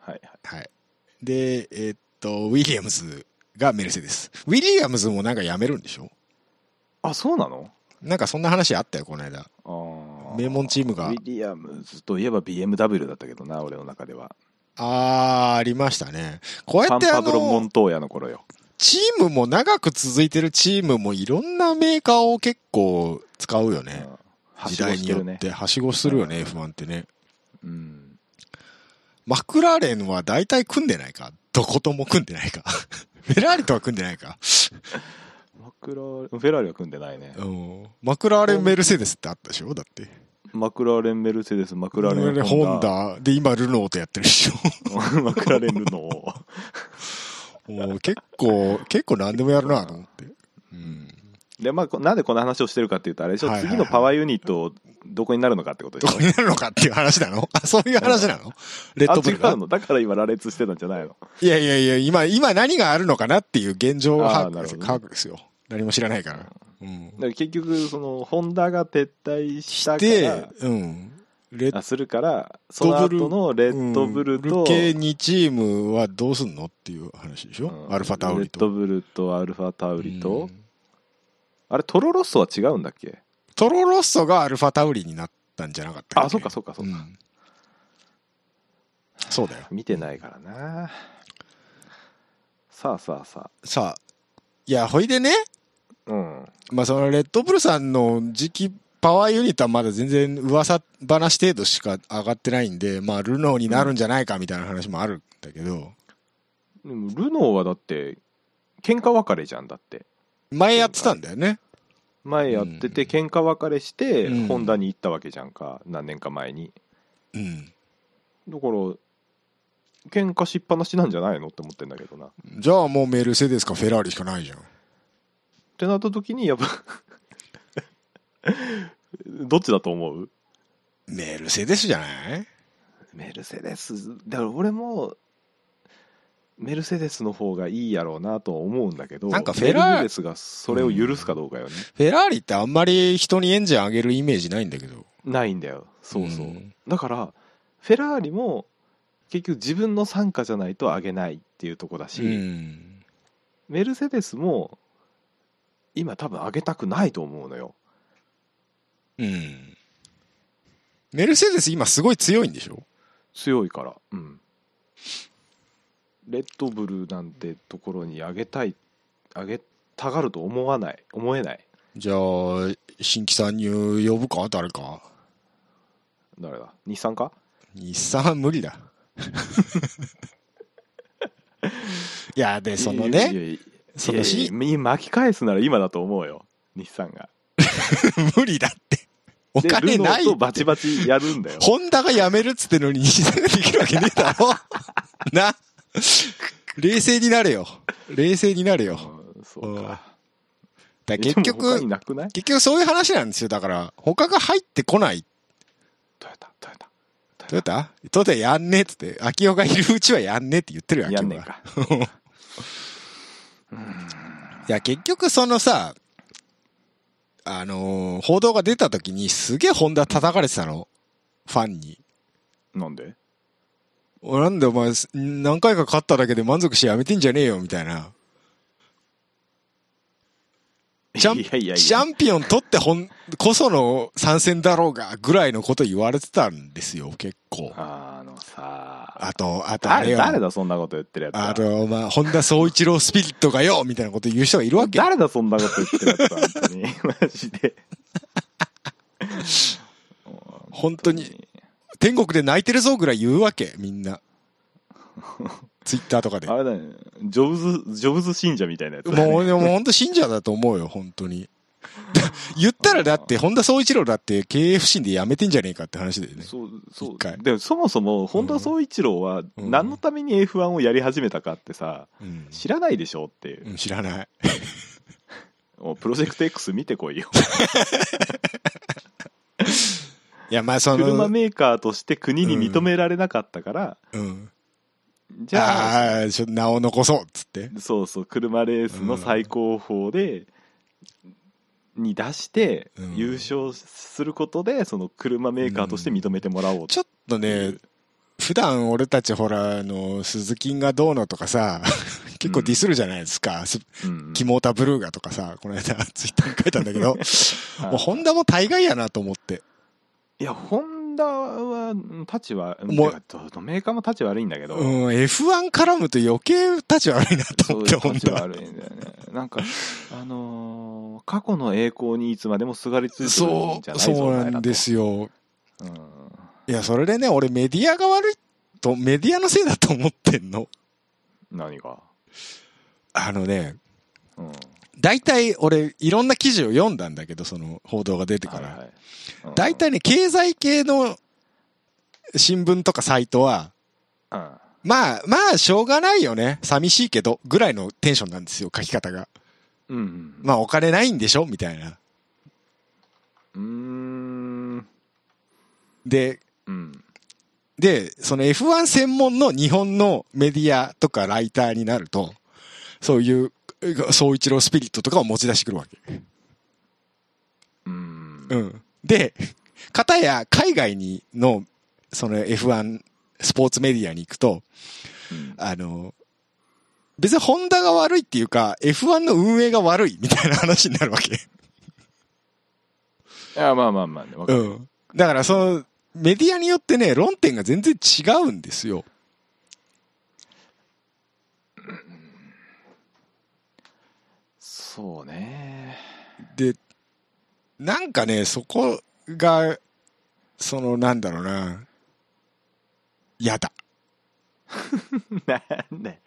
Speaker 2: はい。
Speaker 1: はい。で、えーっと、ウィリアムズがメルセデス。ウィリアムズもなんか辞めるんでしょ
Speaker 2: あそうなの
Speaker 1: なんかそんな話あったよ、この間。
Speaker 2: あ
Speaker 1: 名門チームが
Speaker 2: ウィリアムズといえば BMW だったけどな俺の中では
Speaker 1: あー、ありましたね。こうや
Speaker 2: パ
Speaker 1: っ
Speaker 2: ン
Speaker 1: てあ
Speaker 2: パブロ・モ
Speaker 1: の、
Speaker 2: ントーヤの頃よ
Speaker 1: チームも長く続いてるチームもいろんなメーカーを結構使うよね。
Speaker 2: うん
Speaker 1: 時代によ
Speaker 2: はしご
Speaker 1: っ
Speaker 2: して
Speaker 1: て、はしごするよね、
Speaker 2: うん
Speaker 1: F1 ってね。
Speaker 2: るねうん
Speaker 1: マクラーレンは大体組んでないかどことも組んでないか フェラーリとは組んでないか
Speaker 2: マクラーレンフェラーリは組んでないね
Speaker 1: うんマクラーレン、メルセデスってあったでしょだって。
Speaker 2: マクラーレン・メルセデスマクラーレン・
Speaker 1: ホ
Speaker 2: ホ
Speaker 1: ン
Speaker 2: ンダ
Speaker 1: ダ。で、今、ルノーとやってるでし
Speaker 2: マクラーレン・ルノー
Speaker 1: ょ。 もう結構、結構何でもやるなと思って。うん。
Speaker 2: でまあこ、なんでこの話をしてるかっていうとあれでしょ、
Speaker 1: はいはいはい
Speaker 2: 次のパワーユニットどこになるのかってことで
Speaker 1: ど
Speaker 2: しょ
Speaker 1: こになるのかっていう話な のあ、そういう話なのレッ
Speaker 2: あ
Speaker 1: ドブル
Speaker 2: 違
Speaker 1: が
Speaker 2: う。のだから今羅列してたんじゃないの
Speaker 1: いやいやいや、今、今何があるのかなっていう現状は把
Speaker 2: あーな
Speaker 1: 握
Speaker 2: る
Speaker 1: で
Speaker 2: ほ
Speaker 1: す
Speaker 2: どね
Speaker 1: 科学ですよ。何も知らないから。うん
Speaker 2: だ。から結局そのホンダが撤退したか
Speaker 1: で
Speaker 2: ら、
Speaker 1: うん。レッ
Speaker 2: あするからその後のレッドブルと、
Speaker 1: うん系2チームはどうすんのっていう話でしょ、
Speaker 2: うん
Speaker 1: アルファタウ
Speaker 2: レ
Speaker 1: リ
Speaker 2: ッド
Speaker 1: と。
Speaker 2: ブルとアルファタウリと、
Speaker 1: うん
Speaker 2: あれトロロッソは違うんだっけ
Speaker 1: トロロッソがアルファタウリになったんじゃなかったっけ
Speaker 2: あそっかそっかそっか、
Speaker 1: んそうだよ。
Speaker 2: 見てないからなさあさあさ
Speaker 1: さあ、いや、ほいでね、
Speaker 2: あうん
Speaker 1: まあ、そのレッドブルさんの時期、パワーユニットはまだ全然噂話程度しか上がってないんで、まあ、ルノーになるんじゃないかみたいな話もあるんだけど、
Speaker 2: でもルノーはだって喧嘩別れじゃんだって
Speaker 1: 前やってたんだよね。
Speaker 2: 前やってて喧嘩別れして、
Speaker 1: うん
Speaker 2: ホンダに行ったわけじゃんか何年か前に
Speaker 1: うん。
Speaker 2: だから喧嘩しっぱなしなんじゃないのって思ってんだけどなっ
Speaker 1: じゃあもうメルセデスかフェラーリしかないじゃん。
Speaker 2: てなった時にやっぱ どっちだと思う
Speaker 1: メルセデスじゃない
Speaker 2: メルセデスだから俺もメルセデスの方がいいやろうなとは思うんだけど
Speaker 1: なんかフェラー
Speaker 2: メルセデスがそれを許すかどうかよね、
Speaker 1: フェラーリってあんまり人にエンジン上げるイメージないんだけど。
Speaker 2: ないんだよそうそう、
Speaker 1: ん
Speaker 2: だからフェラーリも結局自分の傘下じゃないと上げないっていうとこだし、
Speaker 1: うん。
Speaker 2: メルセデスも今多分上げたくないと思うのよ
Speaker 1: うん。メルセデス今すごい強いんでしょ
Speaker 2: 強いからうんレッドブルなんてところに上げたい上げたがると思わない思えない
Speaker 1: じゃあ、新規参入呼ぶか誰か。
Speaker 2: 誰だ日産か
Speaker 1: 日産は無理 だ。いや、で、その
Speaker 2: いやい
Speaker 1: ね、
Speaker 2: やいや
Speaker 1: その
Speaker 2: いや
Speaker 1: し、
Speaker 2: いや巻き返すなら今だと思うよ日産が
Speaker 1: 無理だって。お
Speaker 2: で
Speaker 1: 金
Speaker 2: ルノ
Speaker 1: ないっ
Speaker 2: ーと
Speaker 1: て
Speaker 2: バチバチやるんだよ
Speaker 1: ホンダが辞めるっつってのに日産ができるわけねえだろ。 な。冷静になれよ。冷静になれよ。
Speaker 2: うんそうか
Speaker 1: だから
Speaker 2: えで
Speaker 1: 結
Speaker 2: も他
Speaker 1: 局、
Speaker 2: になくない
Speaker 1: 結局そういう話なんですよ。だから、他が入ってこない。
Speaker 2: トヨタトヨタ
Speaker 1: トヨタトヨタやんねえっつって、秋代がいるうちはやんねえって言ってるよ、秋
Speaker 2: やん
Speaker 1: 代
Speaker 2: ねえ
Speaker 1: が。
Speaker 2: か
Speaker 1: いや、結局そのさ、あのー報道が出た時にすげえホンダ叩かれてたの。ファンに。
Speaker 2: なんで
Speaker 1: おなんでお前、す何回か勝っただけで満足してやめてんじゃねえよ、みたいな。チャン
Speaker 2: いやいやいや
Speaker 1: チャンピオン取ってほん、こその参戦だろうが、ぐらいのこと言われてたんですよ、結構。
Speaker 2: あのさ
Speaker 1: あと、あとあれ
Speaker 2: 誰
Speaker 1: よ。
Speaker 2: 誰だそんなこと言ってるやつは
Speaker 1: あと、まあ、本田総一郎スピリットがよみたいなこと言う人がいるわけ。
Speaker 2: 誰だそんなこと言ってるやつは 本当にマジで
Speaker 1: 本当に、天国で泣いてるぞぐらい言うわけ、みん な。ツイッターとかで。
Speaker 2: あ
Speaker 1: も
Speaker 2: れだねジョブズジョブズ信者みたいなやつ
Speaker 1: う、
Speaker 2: だ ね
Speaker 1: もう本当信者だと思うよ、本当に。 言ったらだって、本田総一郎だって経営不振でやめてんじゃねえかって話だよね。
Speaker 2: そうそ
Speaker 1: 一回
Speaker 2: うでもそもそも本田宗一郎は
Speaker 1: うん
Speaker 2: 何のために F1 をやり始めたかってさ
Speaker 1: うん
Speaker 2: 知らないでしょっていう
Speaker 1: うん、知らない。
Speaker 2: もうプロジェクト X 見てこいよ
Speaker 1: いや、まあ、そ
Speaker 2: 車
Speaker 1: の、
Speaker 2: メーカーとして国に認められなかったから、
Speaker 1: うん。
Speaker 2: じゃあ
Speaker 1: ああ、ちょ名を残そう、っつって。
Speaker 2: そうそう車レースの最高峰で、に出して
Speaker 1: うん
Speaker 2: 優勝することでその車メーカーとして認めてもらおう
Speaker 1: ちょっと
Speaker 2: てい
Speaker 1: ね
Speaker 2: う、
Speaker 1: 普段俺たちほら、あの、鈴木がどうのとかさ、結構ディスるじゃないですか。す
Speaker 2: うん
Speaker 1: キモータブルーガとかさ、この間ツイッターに書いたんだけど、
Speaker 2: はい
Speaker 1: もうホンダも大概やなと思って。
Speaker 2: いや、ホンダは、立ちは、
Speaker 1: もう
Speaker 2: てかどどメーカーも立ち悪いんだけ
Speaker 1: う
Speaker 2: ど、
Speaker 1: ん、F1 絡むと余計立ち悪いなと
Speaker 2: そう
Speaker 1: 思
Speaker 2: い
Speaker 1: っ
Speaker 2: う
Speaker 1: て、ホン
Speaker 2: 立ち
Speaker 1: ダ
Speaker 2: は
Speaker 1: は。
Speaker 2: 悪いんだよ ね。なんか、あのー過去の栄光にいつまでもすがりついてる
Speaker 1: そ
Speaker 2: んじゃ
Speaker 1: う、
Speaker 2: ないぞ
Speaker 1: そうなんで。すよ。
Speaker 2: お前らとうん
Speaker 1: いや、それでね、俺メディアが悪いと、メディアのせいだと思ってんの。
Speaker 2: 何が
Speaker 1: あのね、
Speaker 2: うん。
Speaker 1: 大体俺、いろんな記事を読んだんだけど、その報道が出てから。
Speaker 2: はいはいうん
Speaker 1: 大体ね、経済系の新聞とかサイトは、
Speaker 2: うん
Speaker 1: まあ、まあ、しょうがないよね。寂しいけど、ぐらいのテンションなんですよ、書き方が。
Speaker 2: うんうん。
Speaker 1: まあ、お金ないんでしょみたいな。
Speaker 2: うーん。
Speaker 1: で、
Speaker 2: うん。
Speaker 1: で、その F1 専門の日本のメディアとかライターになると、そういう、総一郎スピリットとかを持ち出してくるわけ。
Speaker 2: うん。
Speaker 1: うん。で、片や海外にの、その F1 スポーツメディアに行くと、あの、別にホンダが悪いっていうか、F1 の運営が悪いみたいな話になるわけ。
Speaker 2: いや、まあまあまあね。わか
Speaker 1: う
Speaker 2: る
Speaker 1: ん。だからその、メディアによってね、論点が全然違うんですよ。
Speaker 2: そうね。
Speaker 1: で、なんかね、そこが、その、なんだろうな、やだ。
Speaker 2: なんで、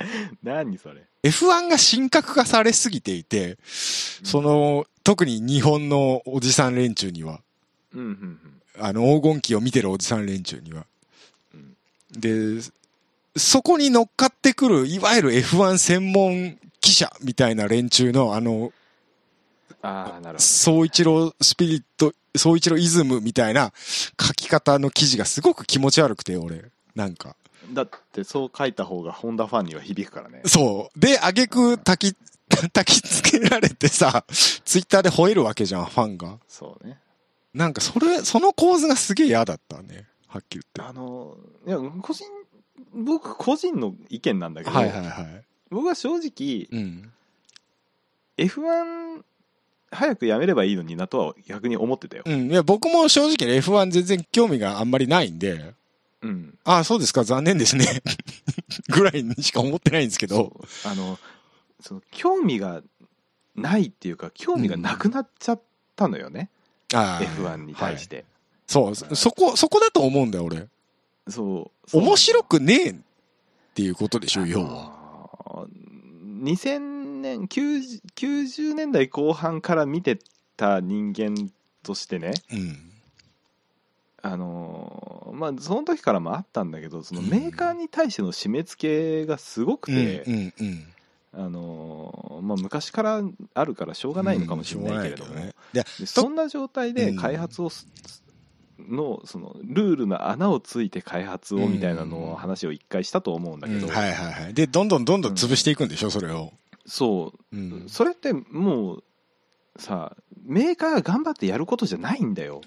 Speaker 2: 何それ。
Speaker 1: F1 が神格化されすぎていて、その、特に日本のおじさん連中には、
Speaker 2: うんうんうん。
Speaker 1: あの、黄金期を見てるおじさん連中には
Speaker 2: うん。
Speaker 1: で、そこに乗っかってくる、いわゆる F1 専門記者みたいな連中の、あの、
Speaker 2: ああ、なるほ
Speaker 1: 総一郎スピリット、総一郎イズムみたいな書き方の記事がすごく気持ち悪くて、俺。なんか。
Speaker 2: ど。だって、そう書いた方が、ホンダファンには響くからね。
Speaker 1: そう。で、あげく焚き、 焚きつけられてさ、ツイッターで吠えるわけじゃん、ファンが。
Speaker 2: そうね。
Speaker 1: なんかそれ、その構図がすげえ嫌だったね。はっきり言っ
Speaker 2: あの、いや、個人、僕個人の意見なんだ
Speaker 1: て。
Speaker 2: けど、
Speaker 1: はいはいはい。
Speaker 2: 僕は正直、
Speaker 1: うん。
Speaker 2: F1、早くやめればいいのになとは逆に思ってたよ。
Speaker 1: うん。いや、僕も正直ね F1 全然興味があんまりないんで、
Speaker 2: うん。
Speaker 1: ああ、そうですか、残念ですね。 ぐらいにしか思ってないんですけど。
Speaker 2: そうあの、その、興味がないっていうか、興味がなくなっちゃったのよね。
Speaker 1: ああ
Speaker 2: F1 に対し
Speaker 1: は
Speaker 2: て。
Speaker 1: いそう、そそこ、そこだと思うんだよ、俺。
Speaker 2: そう。そう
Speaker 1: 面白くねえっていうことでしょ、要は。
Speaker 2: あー2000年 90, 90年代後半から見てた人間としてね
Speaker 1: うん。
Speaker 2: あのーまあその時からもあったんだけどその
Speaker 1: うん
Speaker 2: メーカーに対しての締め付けがすごく
Speaker 1: うん、
Speaker 2: て、
Speaker 1: うん、うん。
Speaker 2: あのーまあ、昔からあるからしょうがないのかもしれないけれども、
Speaker 1: うんしょうがないけどね
Speaker 2: でそんな状態で
Speaker 1: うん
Speaker 2: 開発をす、のそのルールの穴をついて開発をみたいなのを話を一回したと思うんだけ
Speaker 1: う
Speaker 2: ど、
Speaker 1: んはいはいはい。で、どんどんどんどん潰していくんでしょ、それを。
Speaker 2: そう
Speaker 1: うん。
Speaker 2: それってもうさメーカーが頑張ってやることじゃないんだよ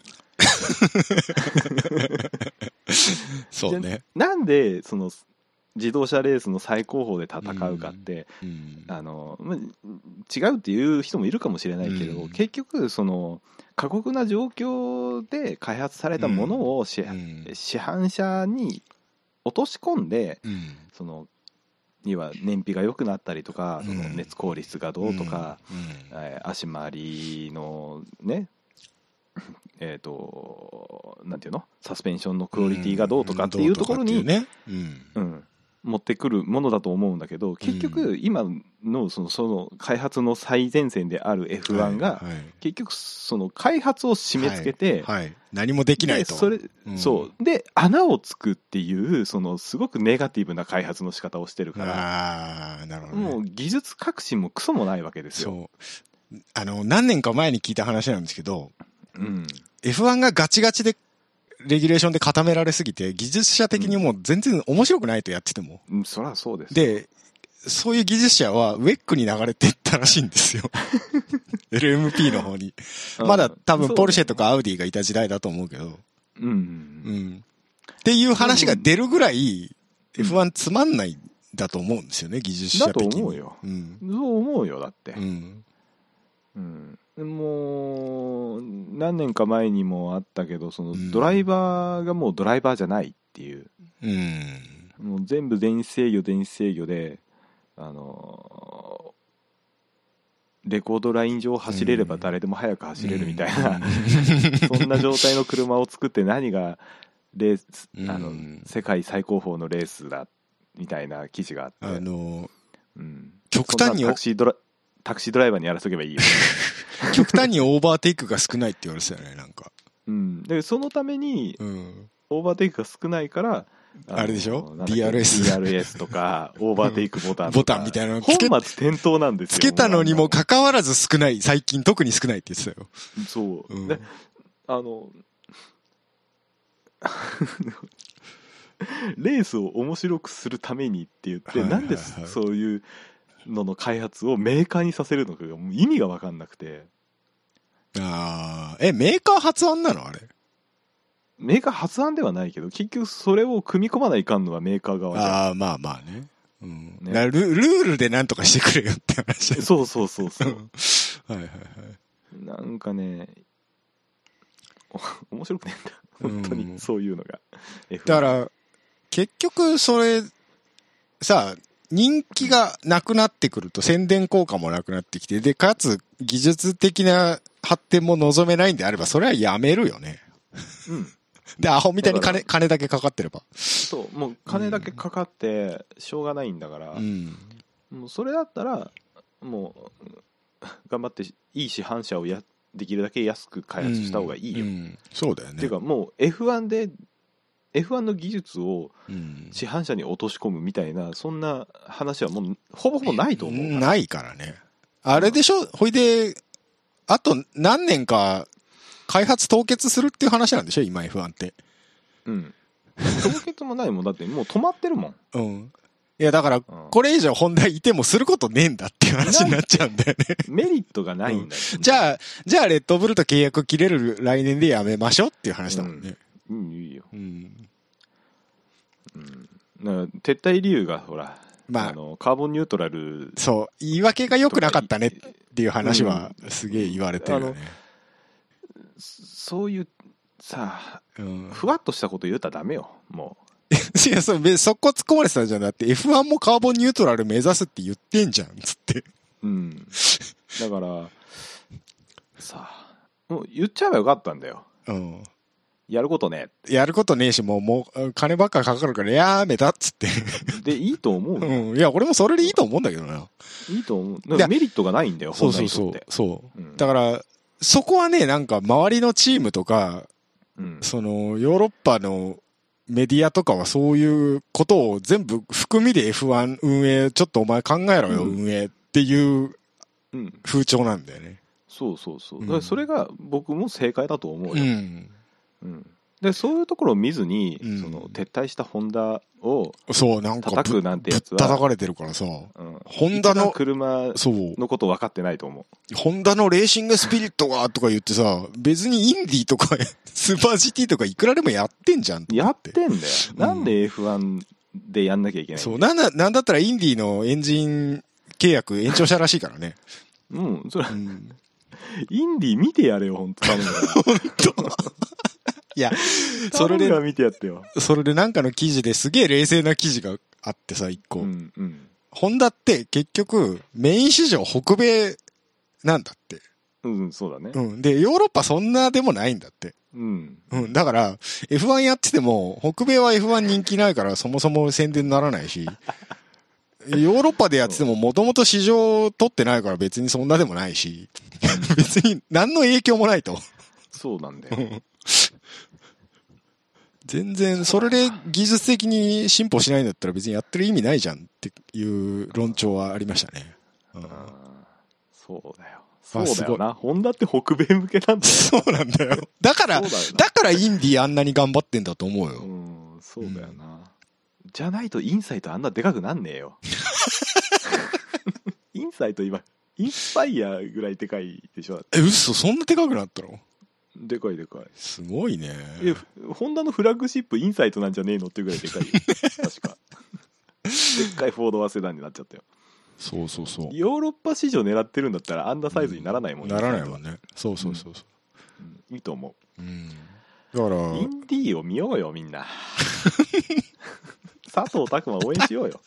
Speaker 1: そうね。
Speaker 2: なんでその自動車レースの最高峰で戦うかって、
Speaker 1: うん。
Speaker 2: あのまあ違うっていう人もいるかもしれないけど、
Speaker 1: うん
Speaker 2: 結局その過酷な状況で開発されたものを市,、
Speaker 1: うん
Speaker 2: 市販車に落とし込んで
Speaker 1: うん。
Speaker 2: そのには燃費が良くなったりとか、その
Speaker 1: うん
Speaker 2: 熱効率がどうとか、
Speaker 1: うん、
Speaker 2: えー足回りのねえっ、となんていうのサスペンションのクオリティがどうとかっていうところに、
Speaker 1: うんどうとかっていうねうん
Speaker 2: うん、持ってくるものだと思うんだけど結
Speaker 1: う
Speaker 2: 局今のそのその開発の最前線である F1 が、
Speaker 1: はいはい
Speaker 2: 結局その開発を締め付けて、
Speaker 1: はい、何もできない
Speaker 2: で
Speaker 1: と。
Speaker 2: それ、
Speaker 1: うん
Speaker 2: そうで穴をつくっていうそのすごくネガティブな開発の仕方をしてるから、
Speaker 1: ああ、なるほど、ね。
Speaker 2: もう技術革新もクソもないわけですよ。
Speaker 1: そう。あの、何年か前に聞いた話なんですけど、
Speaker 2: うん、
Speaker 1: F1 がガチガチで、レギュレーションで固められすぎて、技術者的にもう全然面白くないとやってても。
Speaker 2: うんそりゃそうですよ
Speaker 1: で、そういう技術者はウェックに流れてったらしいんですよ。LMP の方に。
Speaker 2: うん
Speaker 1: まだ多
Speaker 2: そ
Speaker 1: 分
Speaker 2: う
Speaker 1: ポルシェとかアウディがいた時代だと思うけど。
Speaker 2: うん
Speaker 1: うん。っていう話が出るぐらい、F1 つまんないんだと思うんですよね、技術者的に。
Speaker 2: だと思うよ
Speaker 1: うん。
Speaker 2: そう思うよだって
Speaker 1: う、ん。
Speaker 2: うんもう何年か前にもあったけどその
Speaker 1: うん
Speaker 2: ドライバーがもうドライバーじゃないっていう、
Speaker 1: うん。
Speaker 2: もう全部電子制御電子制御であのーレコードライン上走れれば誰でも速く走れるみたいな、 そんな状態の車を作って何がレース、
Speaker 1: うん
Speaker 2: あの世界最高峰のレースだみたいな記事があって、
Speaker 1: あの、
Speaker 2: うん、
Speaker 1: 極端に
Speaker 2: そんなのタクシードラタクシードライバーにやらせとけばいいよ、
Speaker 1: 極端にオーバーテイクが少ないって言われてたよね、なんか。
Speaker 2: うん、でそのために
Speaker 1: うん。
Speaker 2: オーバーテイクが少ないからの
Speaker 1: あれでしょ
Speaker 2: なんだっけ
Speaker 1: DRS
Speaker 2: DRS と かオーバーテイクボタンとか
Speaker 1: ボタンみたいなのつ
Speaker 2: 本
Speaker 1: け
Speaker 2: 末転倒なんですよ
Speaker 1: つけたのにもかかわらず少ない、最近特に少ないって言ってたよ。
Speaker 2: そう、
Speaker 1: うん
Speaker 2: であの レースを面白くするためにって言っ
Speaker 1: は
Speaker 2: て、
Speaker 1: いはいはい
Speaker 2: なんでそういうのの開発をメーカーにさせるのかがもう意味が分かんなくて
Speaker 1: ああ、え、メーカー発案なのあれ。
Speaker 2: メーカー発案ではないけど結局それを組み込まないかんのはメーカー側じゃ
Speaker 1: ああ、まあまあね。うん。
Speaker 2: ね
Speaker 1: なルルールでなんとかしてくれよって話
Speaker 2: ん
Speaker 1: だよ
Speaker 2: そうそう そう そう
Speaker 1: はいはいはい。
Speaker 2: なんかねお面白くねえんだ本当
Speaker 1: う
Speaker 2: に
Speaker 1: ん
Speaker 2: そういうのが F1
Speaker 1: だから、結局それ、さあ、人気がなくなってくると宣伝効果もなくなってきて、で、かつ技術的な発展も望めないんであれば、それはやめるよね。
Speaker 2: うん
Speaker 1: で、アホみたいに
Speaker 2: だか
Speaker 1: 金、金だけかかってれば。
Speaker 2: そうもう金だけかかってしょうがないんだから、
Speaker 1: うん。
Speaker 2: もうそれだったらもううん頑張っていい市販車をやできるだけ安く開発した方がいいよ、
Speaker 1: う
Speaker 2: っ
Speaker 1: んそうだよね。
Speaker 2: ていうかもう F1 で F1 の技術を
Speaker 1: うん、
Speaker 2: 市販車に落とし込むみたいなそんな話はもうほぼほぼないと思うから
Speaker 1: ないからね。あれでしょほいで、あと何年か開発凍結するっていう話なんでしょ今 F1 って。
Speaker 2: うん凍結もないもんだってもう止まってるもん、
Speaker 1: うん。いや、だから、
Speaker 2: うん
Speaker 1: これ以上本題いてもすることねえんだっていう話になっちゃうんだよね。
Speaker 2: メリットがないんだよ、
Speaker 1: じゃあ、じゃあレッドブルと契約切れる来年でやめましょうっていう話だもんね。
Speaker 2: うんいいよ、
Speaker 1: うん。
Speaker 2: うん、だから撤退理由がほら、
Speaker 1: まあ
Speaker 2: あのカーボンニュートラル
Speaker 1: そう。言い訳が良くなかったねっていう話はすげえ言われてるよね。
Speaker 2: そういうさ
Speaker 1: うん。
Speaker 2: ふわっとしたこと言うたらダメよも
Speaker 1: いや、そう、別そこ突っ込まれてたじゃん。だって F1 もカーボンニュートラル目指すって言ってんじゃん、つって。
Speaker 2: ううんだからさもう言っちゃえばよかったんだよ
Speaker 1: うん。
Speaker 2: やることね
Speaker 1: やることねえし、もう、もう、金ばっかかかるから、やめたっつって。
Speaker 2: でいいと思うよ
Speaker 1: うん。いや、俺もそれでいいと思うんだけどな。
Speaker 2: いいと思うだからメリットがないんだよ
Speaker 1: そ
Speaker 2: 本
Speaker 1: う
Speaker 2: 来
Speaker 1: そ
Speaker 2: に
Speaker 1: うそう
Speaker 2: とって。
Speaker 1: そう。
Speaker 2: うん
Speaker 1: だから、そこはね、なんか、周りのチームとか、
Speaker 2: うん
Speaker 1: その、ヨーロッパのメディアとかはそういうことを全部含みで F1 運営、ちょっとお前考えろよ、
Speaker 2: うん
Speaker 1: 運営っていう
Speaker 2: うん
Speaker 1: 風潮なんだよね。
Speaker 2: そうそうそう
Speaker 1: うん
Speaker 2: だからそれが僕も正解だと思う
Speaker 1: う
Speaker 2: よ、
Speaker 1: ん。
Speaker 2: うんでそういうところを見ずに、
Speaker 1: うん
Speaker 2: その撤退したホンダを
Speaker 1: そう、なんか
Speaker 2: 叩
Speaker 1: ぶ、
Speaker 2: くなんて
Speaker 1: ぶっ
Speaker 2: やつ
Speaker 1: 叩
Speaker 2: は、
Speaker 1: かれてるからさ。
Speaker 2: うん、
Speaker 1: ホンダ
Speaker 2: 一番
Speaker 1: の、
Speaker 2: 車
Speaker 1: そう、
Speaker 2: のこと分かってないと思う
Speaker 1: ホンダのレーシングスピリットがとか言ってさ、別にインディとかスーパー GT とかいくらでもやってんじゃんと
Speaker 2: や
Speaker 1: 思
Speaker 2: っ
Speaker 1: って。
Speaker 2: てんだよ。
Speaker 1: ん
Speaker 2: なんで F1 でやんなきゃいけない
Speaker 1: そう、なんだ、なんだったらインディのエンジン契約延長したらしいからね。
Speaker 2: うん、それ
Speaker 1: う、ん。
Speaker 2: インディ見てやれよ、本当頼むから。
Speaker 1: い や、 そ
Speaker 2: そ
Speaker 1: れ
Speaker 2: れ
Speaker 1: で、
Speaker 2: は見てやってよ。
Speaker 1: それでなんかの記事ですげえ冷静な記事があってさ、一個。
Speaker 2: うん、うん。
Speaker 1: ホンダって結局メイン市場北米なんだって。
Speaker 2: うんうん、そうだね。
Speaker 1: うん。で、ヨーロッパそんなでもないんだって。
Speaker 2: うん。
Speaker 1: うん、だから、F1 やってても、北米は F1 人気ないから、そもそも宣伝にならないし、 ヨーロッパでやってても、もともと市場取ってないから別にそんなでもないし、 別に何の影響もないと。
Speaker 2: そうなんだよ。
Speaker 1: 全然、それで技術的に進歩しないんだったら別にやってる意味ないじゃんっていう論調はありましたね。うん
Speaker 2: あーそうだよ。そ
Speaker 1: あ
Speaker 2: う
Speaker 1: す
Speaker 2: だ
Speaker 1: ごい
Speaker 2: よな。ホンダって北米向けなんだよ。
Speaker 1: そうなんだよ。だから、
Speaker 2: そうだよな
Speaker 1: だからインディあんなに頑張ってんだと思う
Speaker 2: う
Speaker 1: よ。
Speaker 2: ん、そうだよな。じゃないとインサイトあんなでかくなんねえ よ。インサイト今、インスパイアぐらいでかいでしょ。
Speaker 1: え、嘘そんなでかくなったの
Speaker 2: でかいでかい。
Speaker 1: すごいね。
Speaker 2: えホンダのフラッグシップインサイトなんじゃねえのっていうぐらいでかいよ確かでっかいフォードはセダンになっちゃったよ
Speaker 1: そうそうそう。
Speaker 2: ヨーロッパ市場狙ってるんだったらあんなサイズにならないもん
Speaker 1: ならないも
Speaker 2: わ
Speaker 1: んね。そうそうそうそ
Speaker 2: いいと思
Speaker 1: う。うん。だから、
Speaker 2: うインディーを見ようよみん な佐藤拓磨応援しようよ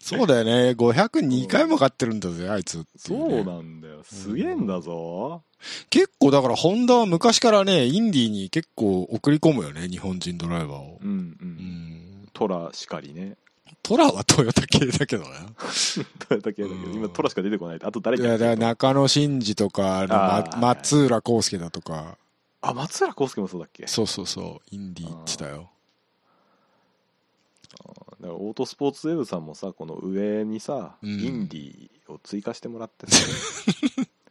Speaker 1: そうだよね。502回も買ってるんだぜ、あいつってい
Speaker 2: そう
Speaker 1: ね
Speaker 2: うなんだよすげえんだぞ、
Speaker 1: 結構だから、ホンダは昔からね、インディーに結構送り込むよね、日本人ドライバーを
Speaker 2: う。ん、う
Speaker 1: う
Speaker 2: ん
Speaker 1: ん。
Speaker 2: トラしかりね
Speaker 1: トラはトヨタ系だけどね。
Speaker 2: トヨタ系だけど
Speaker 1: うん
Speaker 2: 今トラしか出てこないあと誰
Speaker 1: い
Speaker 2: か
Speaker 1: や、だから中野真二とか、
Speaker 2: あ
Speaker 1: ま
Speaker 2: ー
Speaker 1: 松浦康介だとか、
Speaker 2: あ松浦康介もそうだっけ
Speaker 1: そうそうそう、インディーってたよ。
Speaker 2: だからオートスポーツウェブさんもさこの上にさ、
Speaker 1: うん
Speaker 2: インディーを追加してもらって さ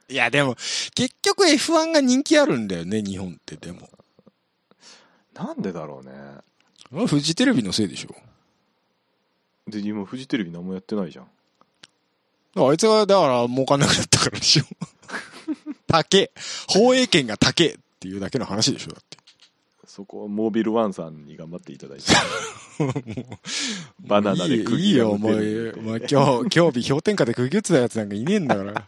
Speaker 1: いや、でも、結局 F1 が人気あるんだよね、日本って、でも。
Speaker 2: なんでだろうね
Speaker 1: フジテレビのせいでしょ。
Speaker 2: で今フジテレビ何もやってないじゃん
Speaker 1: あいつが、だから、儲かんなくなったからでしょ。高え。放映権が高えっていうだけの話でしょ、だって。
Speaker 2: そこはモービルワンさんに頑張っていただ いて バナナで
Speaker 1: いい
Speaker 2: 釘
Speaker 1: いいよ、
Speaker 2: が
Speaker 1: もう、
Speaker 2: 打てる
Speaker 1: もう今日、 今日日氷点下で釘打つやつなんかいねえんだから。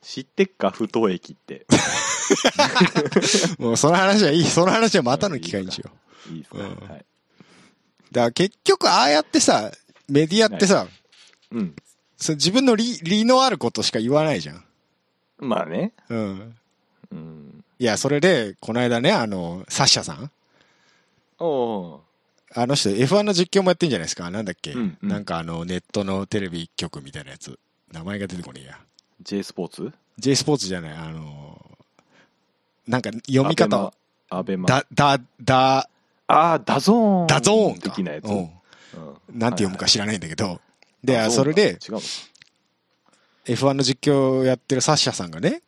Speaker 2: 知ってっか不当駅って
Speaker 1: もう、その話はいい。その話はまたの機会にしよう。
Speaker 2: いいですか、
Speaker 1: うん
Speaker 2: はい
Speaker 1: だから結局、ああやってさ、メディアってさ、
Speaker 2: うん
Speaker 1: その自分の利利のあることしか言わないじゃん。
Speaker 2: まあね
Speaker 1: うん。
Speaker 2: うん
Speaker 1: いや、それで、この間ね、あの、サッシャさん
Speaker 2: おお
Speaker 1: あの人、F1 の実況もやってんじゃないですか。なんだっけ、
Speaker 2: うんうん
Speaker 1: なんかあの、ネットのテレビ局みたいなやつ。名前が出てこねえや。
Speaker 2: J スポーツ
Speaker 1: J スポーツじゃない、あのーなんか読み方を、
Speaker 2: アベマアベマ
Speaker 1: だ、だ、だ、
Speaker 2: ああダゾーン
Speaker 1: だゾーンか。
Speaker 2: 的なやつ、
Speaker 1: うん
Speaker 2: うん
Speaker 1: なんて読むか知らないんだけど。で、
Speaker 2: ダ
Speaker 1: そ
Speaker 2: ゾー
Speaker 1: れ
Speaker 2: ンか
Speaker 1: で
Speaker 2: 違うの
Speaker 1: F1 の実況をやってるサッシャさんがね、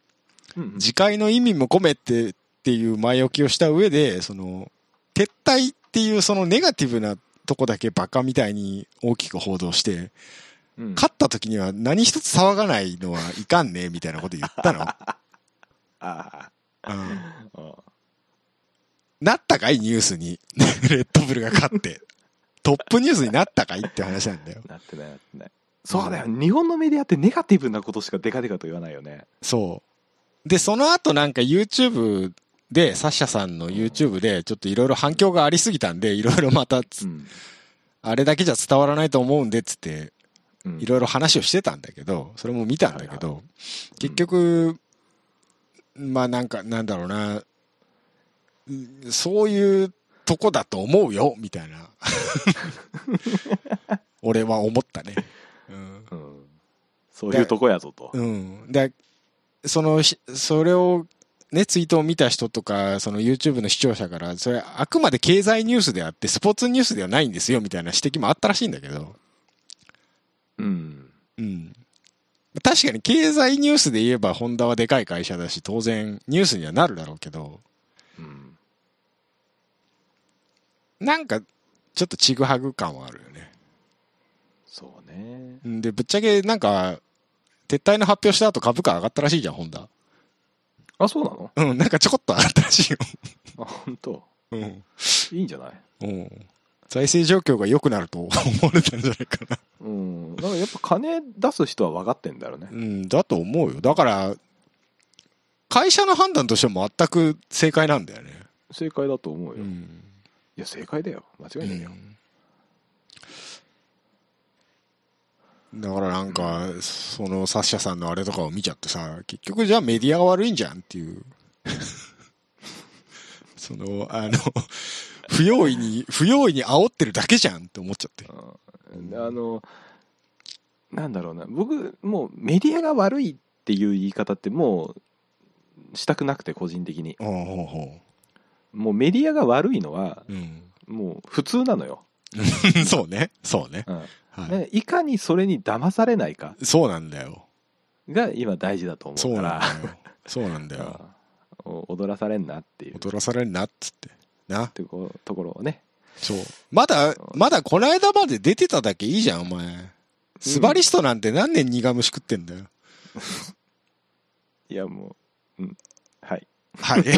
Speaker 2: うんうん
Speaker 1: 次回の意味も込めてっていう前置きをした上で、その、撤退っていうそのネガティブなとこだけバカみたいに大きく報道して、
Speaker 2: うん
Speaker 1: 勝った時には何一つ騒がないのはいかんね、みたいなこと言ったの。
Speaker 2: あ
Speaker 1: うん
Speaker 2: ーあ
Speaker 1: なったかいニュースに。 レッドブルが勝って。トップニュースになったかいって話なんだよ。
Speaker 2: ーなってないなってないそうだよ日本のメディアってネガティブなことしかデカデカと言わないよね
Speaker 1: そう。で、その後なんか YouTube で、サッシャさんの YouTube で、ちょっといろいろ反響がありすぎたんで、いろいろまたつ、
Speaker 2: うん
Speaker 1: あれだけじゃ伝わらないと思うんで、つって、
Speaker 2: うん
Speaker 1: いろいろ話をしてたんだけど、それも見たんだけど、結局、まあなんか、なんだろうな、うんそういうとこだと思うよ、みたいな。俺は思ったね。うん。
Speaker 2: うんそういうとこやぞと
Speaker 1: うん。で、その、しそれを、ね、ツイートを見た人とか、その YouTube の視聴者から、それあくまで経済ニュースであって、スポーツニュースではないんですよ、みたいな指摘もあったらしいんだけど。
Speaker 2: うん
Speaker 1: うん。確かに経済ニュースで言えばホンダはでかい会社だし、当然ニュースにはなるだろうけど、
Speaker 2: うん
Speaker 1: なんかちょっとちぐはぐ感はあるよね。
Speaker 2: そうね
Speaker 1: うんで、ぶっちゃけなんか、撤退の発表した後株価上がったらしいじゃん、ホンダ。
Speaker 2: あそうなの
Speaker 1: うん、なんかちょこっと上がったらしいよ。
Speaker 2: あ本当
Speaker 1: うん。
Speaker 2: いいんじゃない
Speaker 1: うん。財政状況が良くなると 思われたんじゃないかな。
Speaker 2: うんだからやっぱ金出す人は分かってんだろうね
Speaker 1: うん、だと思うよ。だから、会社の判断としても全く正解なんだよね。
Speaker 2: 正解だと思う
Speaker 1: う
Speaker 2: よい
Speaker 1: ん。
Speaker 2: や正解だよ間違いないよ
Speaker 1: だからなんか、そのサッシャさんのあれとかを見ちゃってさ、結局じゃあメディアが悪いんじゃんっていう。 その、あの、 不用意に、不用意に煽ってるだけじゃんって思っちゃって。
Speaker 2: うんであのなんだろうな僕もうメディアが悪いっていう言い方ってもうしたくなくて個人的に
Speaker 1: ほうほうほ
Speaker 2: もうメディアが悪いのは
Speaker 1: う。うん。
Speaker 2: もう普通なのよ、
Speaker 1: そうね。そうね。
Speaker 2: うん
Speaker 1: は
Speaker 2: ねいかにそれに騙されないか
Speaker 1: い。そうなんだよ。
Speaker 2: が今大事だと思
Speaker 1: そう
Speaker 2: うか
Speaker 1: なん
Speaker 2: ら
Speaker 1: だよ。そうなんだよ。
Speaker 2: うんお踊らされんなっていう
Speaker 1: 踊らされるなっつって。な。
Speaker 2: とこところをね
Speaker 1: そう。まだ、まだこの間まで出てただけいいじゃん、お前。スバリストなんて何年苦虫食ってんだよ。
Speaker 2: いやもう、うん、はい
Speaker 1: はい。
Speaker 2: あ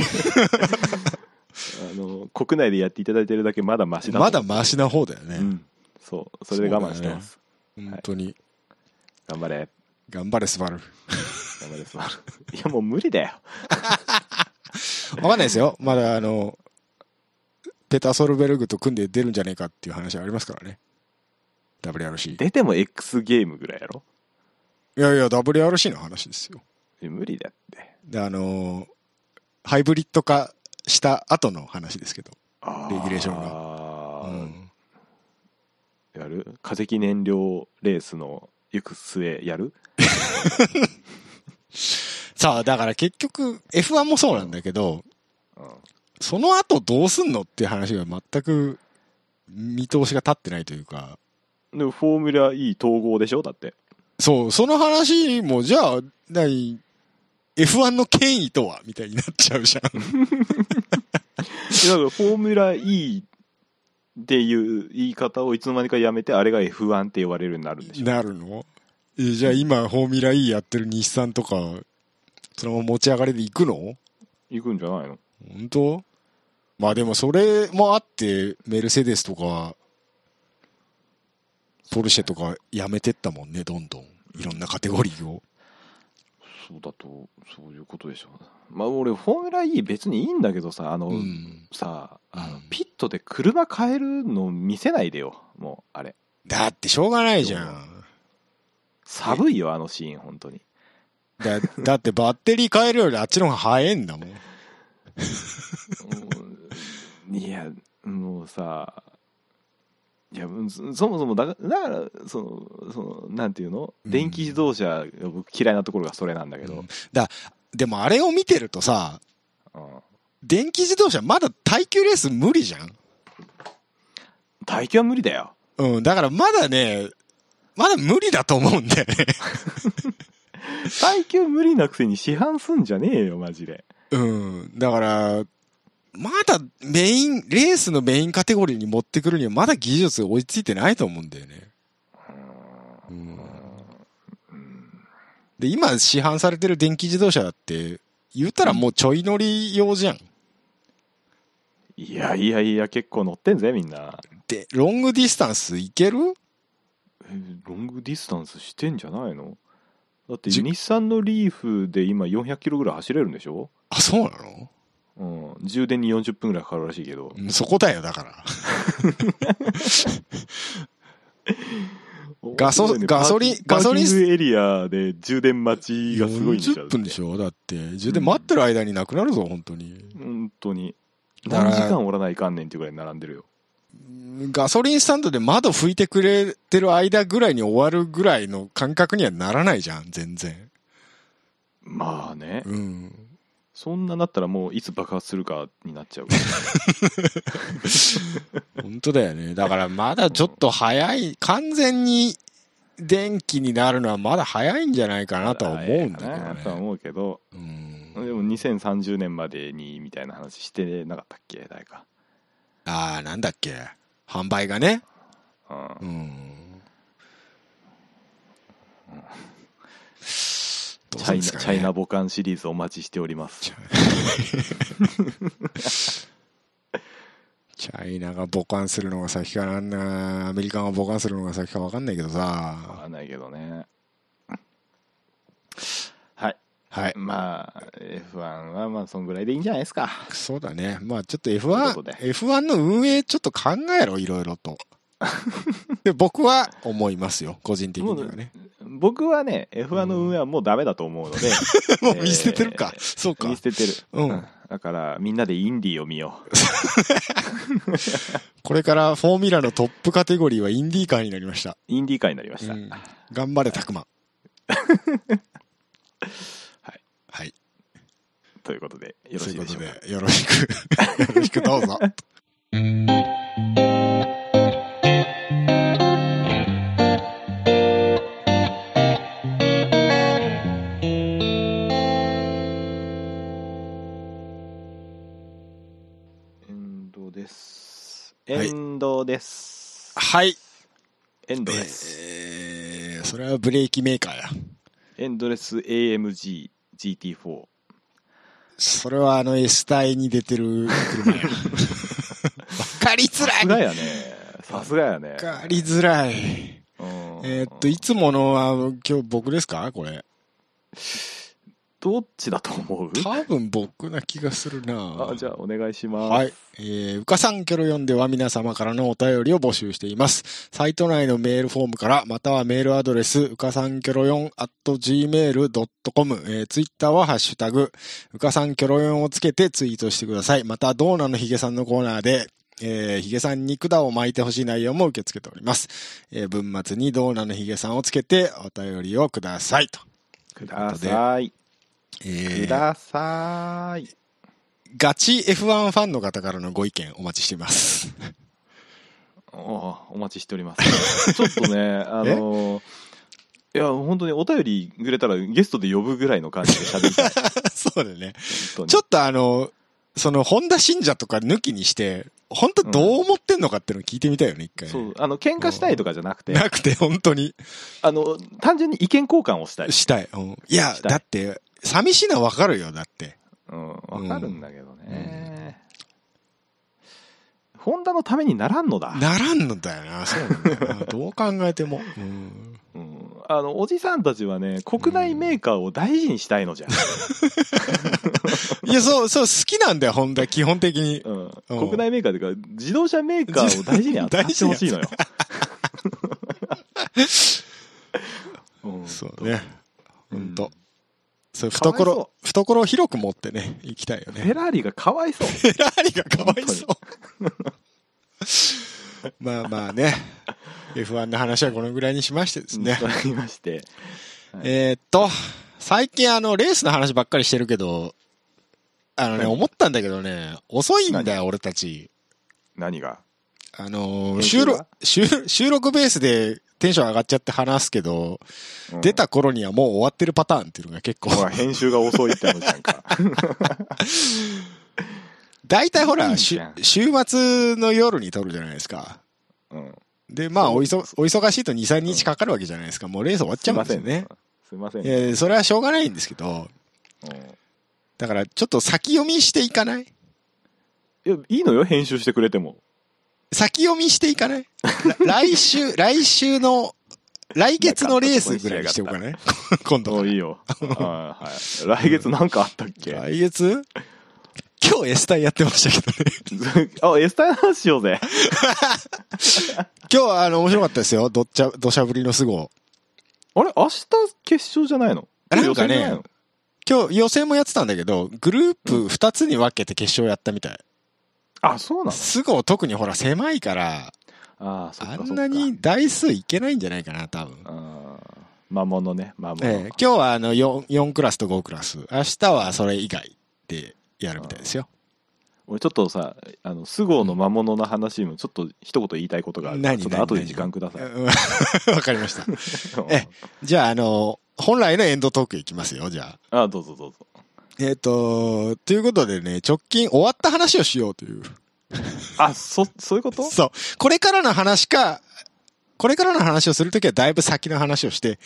Speaker 2: の国内でやっていただいてるだけまだマシだと
Speaker 1: まだマシな方だよ
Speaker 2: う
Speaker 1: ね。
Speaker 2: んそうそれで我慢してます、
Speaker 1: 本当に。
Speaker 2: 頑張れ
Speaker 1: 頑張れ、スバル。
Speaker 2: 頑張れスバルいやもう無理だよ
Speaker 1: わかんないですよ。まだ、あの、ペタ・ソルベルグと組んで出るんじゃねえかっていう話ありますからね。WRC。
Speaker 2: 出ても X ゲームぐらいやろ
Speaker 1: いやいや、WRC の話ですよ。
Speaker 2: いや無理だって
Speaker 1: で、あの、ハイブリッド化した後の話ですけど。
Speaker 2: あ
Speaker 1: レギュレーションが
Speaker 2: が
Speaker 1: うん
Speaker 2: やる化石燃料レースの行く末やる
Speaker 1: さあ、だから結局、F1 もそうなんだけど、
Speaker 2: うん
Speaker 1: その後どうすんのっていう話が全く見通しが立ってないというか、
Speaker 2: でもフォーミュラ E 統合でしょだって
Speaker 1: そう、その話も、じゃあ、何、F1 の権威とはみたいになっちゃうじゃん。
Speaker 2: いやだからフォーミュラ E っていう言い方をいつの間にかやめてあれが F1 って呼ばれるようになるんでしょ
Speaker 1: なるのえじゃあ今、フォーミュラ E やってる日産とか、そのまま持ち上がりで行くの
Speaker 2: 行くんじゃないの
Speaker 1: 本当まあでもそれもあって、メルセデスとか、ポルシェとかやめてったもんね、どんどん。いろんなカテゴリーを。
Speaker 2: そうだとそういうことでしょうまあ俺フォーミュラ E 別にいいんだけどさあの、
Speaker 1: うん。
Speaker 2: さあの
Speaker 1: うん
Speaker 2: ピットで車変えるの見せないでよもうあれ
Speaker 1: だってしょうがないじゃん。
Speaker 2: 寒いよあのシーン本当に
Speaker 1: だだってバッテリー変えるよりあっちの方が早いんだもん。
Speaker 2: うんいやもうさいやうんそそもそもだからだからそのそのなんていうの
Speaker 1: うん
Speaker 2: 電気自動車が僕嫌いなところがそれなんだけど、
Speaker 1: でもあれを見てるとさ、
Speaker 2: うん
Speaker 1: 電気自動車まだ耐久レース無理じゃん。
Speaker 2: 耐久は無理だよ
Speaker 1: うん、だからまだね、まだ無理だと思うんだよね。
Speaker 2: 耐久無理なくせに市販すんじゃねえよマジで
Speaker 1: うん、だから、まだメイン、レースのメインカテゴリーに持ってくるにはまだ技術が追いついてないと思うんだよね。うんで、今市販されてる電気自動車だって、言ったらもうちょい乗り用じゃん。
Speaker 2: いやいやいや結構乗ってんぜみんな
Speaker 1: で、ロングディスタンスいける
Speaker 2: えロングディスタンスしてんじゃないのだって
Speaker 1: じ
Speaker 2: 日産のリーフで今400キロぐらい走れるんでしょ、
Speaker 1: あ、そうなの
Speaker 2: うん、充電に40分ぐらいかかるらしいけど
Speaker 1: うんそこだよ、だから。ガソ
Speaker 2: 面白いね
Speaker 1: ガソリン
Speaker 2: パー
Speaker 1: ガソリン
Speaker 2: パーキングエリアで充電待ちがすごいんだ
Speaker 1: 40分で
Speaker 2: ょ
Speaker 1: しょだって。充電待ってる間になくなるぞ、本当に。
Speaker 2: 本当に
Speaker 1: だから
Speaker 2: 何時間おらないかんねんっていうぐらい並んでるよ
Speaker 1: ガソリンスタンドで窓拭いてくれてる間ぐらいに終わるぐらいの感覚にはならないじゃん、全然。
Speaker 2: まあね
Speaker 1: うん。
Speaker 2: そんななったらもういつ爆発するかになっ ちゃう
Speaker 1: 本当だよね。だからまだちょっと早い、完全に電気になるのはまだ早いんじゃないかなとは思うんだけど
Speaker 2: な
Speaker 1: ね
Speaker 2: とは。思うけど
Speaker 1: うん
Speaker 2: でも2030年までにみたいな話してなかったっけ誰か
Speaker 1: ああ、なんだっけ。販売がね。
Speaker 2: うん
Speaker 1: うん。どう
Speaker 2: チ
Speaker 1: す
Speaker 2: ャ
Speaker 1: る
Speaker 2: イ
Speaker 1: んで
Speaker 2: ナ
Speaker 1: す
Speaker 2: チ
Speaker 1: かね
Speaker 2: ャイナ母艦シリーズお待ちしております
Speaker 1: チャイナが母艦するのが先かなあんなアメリカが母艦するのが先か分かんないけど
Speaker 2: わ
Speaker 1: さ
Speaker 2: かんないけどねはい
Speaker 1: はい
Speaker 2: まあ F1 はまあそんぐらいでいいんじゃないですか
Speaker 1: そうだねまあちょっと
Speaker 2: ういう
Speaker 1: F1
Speaker 2: ことで
Speaker 1: F1 の運営ちょっと考えろいろいろ とで僕は思いますよ個人的にはね
Speaker 2: 僕はね F1 の運営はもうダメだと思うので、
Speaker 1: も
Speaker 2: も
Speaker 1: う
Speaker 2: う
Speaker 1: 見捨ててるか、
Speaker 2: えー
Speaker 1: そうか
Speaker 2: 見捨ててる、
Speaker 1: うん
Speaker 2: だからみんなでインディーを見よ
Speaker 1: これからフォーミュラのトップカテゴリーはインディーカーになりました、
Speaker 2: うインディー界になりました、
Speaker 1: うん頑張れたくま
Speaker 2: はい
Speaker 1: はい
Speaker 2: ということでよろ
Speaker 1: そう
Speaker 2: し
Speaker 1: い
Speaker 2: いう
Speaker 1: こ
Speaker 2: で
Speaker 1: と
Speaker 2: しょうか
Speaker 1: でよろしく よろしくどうぞ
Speaker 2: エンドです
Speaker 1: はい
Speaker 2: エンドです、
Speaker 1: はい
Speaker 2: エンドです、
Speaker 1: えー、それはブレーキメーカーや
Speaker 2: エンドレス AMGGT4
Speaker 1: それはあの S 帯に出てる車や。わかりづ
Speaker 2: さすが
Speaker 1: らい。
Speaker 2: やねさすがやね
Speaker 1: わかりづらい。
Speaker 2: うん
Speaker 1: えーっと、いつもの、あの、今日僕ですかこれ。
Speaker 2: どっちだと思う
Speaker 1: 多分僕な気がするな
Speaker 2: あじゃあお願いします
Speaker 1: はい。えー、うかさんきょろ読んでは皆様からのお便りを募集しています。サイト内のメールフォームから、またはメールアドレス、うかさんきょろ4 at gmail.com、えー、ツイッターはハッシュタグ、うかさんきょろ4をつけてツイートしてください。また、ドーナのひげさんのコーナーで、えー、ヒゲさんに管を巻いてほしい内容も受け付けております。えー、文末にドーナのひげさんをつけてお便りをくださいと。
Speaker 2: ください
Speaker 1: え
Speaker 2: く
Speaker 1: ー、
Speaker 2: ださい
Speaker 1: ガチ F1 ファンの方からのご意見お待ちしています。
Speaker 2: おお待ちしております ちょっとねあのいや本当にお便りくれたらゲストで呼ぶぐらいの感じで喋りたい本
Speaker 1: そうだね。
Speaker 2: 当に
Speaker 1: ちょっとあの、その、本田信者とか抜きにして、本当どう思ってんのかっていうのを聞いてみたいよね、一回ね。
Speaker 2: そうあの喧嘩したいとかじゃなくて
Speaker 1: なくて、本当に、
Speaker 2: あの単純に意見交換をしたい
Speaker 1: したい。うんいや
Speaker 2: し、たい
Speaker 1: だって、寂しいのはわかるよ、だって。
Speaker 2: うんわかるんだけどね、ホンダのためにならんのだ、
Speaker 1: ならんのだよ な、そうなんだよな。どう考えても。うん
Speaker 2: うん、あのおじさんたちはね国内メーカーを大事にしたいのじゃ、
Speaker 1: いや、そう、そう、好きなんだよ、本田、基本的に。
Speaker 2: うん国内メーカーというか自動車メーカーを大事に扱ってほしいのよ、うん
Speaker 1: そうね。本
Speaker 2: うん
Speaker 1: 当そう、
Speaker 2: かわいそう
Speaker 1: 懐、懐を広く持ってね、行きたいよね。
Speaker 2: フェラーリがかわいそう
Speaker 1: フェラーリがかわいそう。まあまあね。F1 の話はこのぐらいにしましてですね。
Speaker 2: わかりまして
Speaker 1: えーっと、最近あの、レースの話ばっかりしてるけど、あのね、
Speaker 2: 何
Speaker 1: 思ったんだけどね、遅いんだよ、俺たち。
Speaker 2: 何が
Speaker 1: あのー、
Speaker 2: 研
Speaker 1: 収
Speaker 2: 究
Speaker 1: 録
Speaker 2: が、
Speaker 1: 収収録ベースでテンション上がっちゃって話すけど、
Speaker 2: うん
Speaker 1: 出た頃にはもう終わってるパターンっていうのが結構。
Speaker 2: ほら編集が遅いって話じゃん か
Speaker 1: 大体ほ
Speaker 2: いい
Speaker 1: ら、
Speaker 2: じ
Speaker 1: し
Speaker 2: ゃん
Speaker 1: 週末の夜に撮るじゃないですか。
Speaker 2: うん
Speaker 1: で、まあ、
Speaker 2: そう
Speaker 1: おいそ、お忙しいと2、3日かかるわけじゃないですか。もうレース終わっちゃうんですよね。
Speaker 2: すいません
Speaker 1: い
Speaker 2: ね
Speaker 1: やそれはしょうがないんですけど、
Speaker 2: すいません
Speaker 1: だからちょっと先読みしていかない
Speaker 2: うんいやいいのよ編集してくれても
Speaker 1: 先読みしていかない ら来週、来週の、来月のレースぐらいにしておかない 今
Speaker 2: お
Speaker 1: 度。
Speaker 2: いいよはい、はい、来月なん かあったっけ、
Speaker 1: 来月今日 S タイやってましたけどね。
Speaker 2: あ、エスタイの話しようぜ。
Speaker 1: 今日はあの、面白かったですよ。どっちゃ、土砂降りのすご。
Speaker 2: あれ明日決勝じゃないの
Speaker 1: あなんかね
Speaker 2: 予選じゃないの
Speaker 1: 今日予選もやってたんだけど、グループ2つに分けて決勝やったみたい。
Speaker 2: あ、そうなの
Speaker 1: すご特にほら狭いから、
Speaker 2: あーそっか
Speaker 1: あ
Speaker 2: そっか
Speaker 1: んなに台数いけないんじゃないかな、多分。
Speaker 2: あー魔物ね、魔物。
Speaker 1: ええ今日はあの 4, 4クラスと5クラス。明日はそれ以外でやるみたい ですよ。
Speaker 2: 俺ちょっとさ、あの、菅生の魔物の話にもちょっと一言言いたいことがあるから
Speaker 1: 何
Speaker 2: ちょっと
Speaker 1: 何
Speaker 2: 後で
Speaker 1: 何
Speaker 2: 時間ください。
Speaker 1: うんわかりました。えじゃあ、あの、本来のエンドトークいきますよ、じゃあ。
Speaker 2: あ、 どうぞどうぞ。
Speaker 1: えっ、と、ということでね、直近終わった話をしようという。
Speaker 2: あ、そ、そういうこと
Speaker 1: そう。これからの話か、これからの話をするときはだいぶ先の話をして、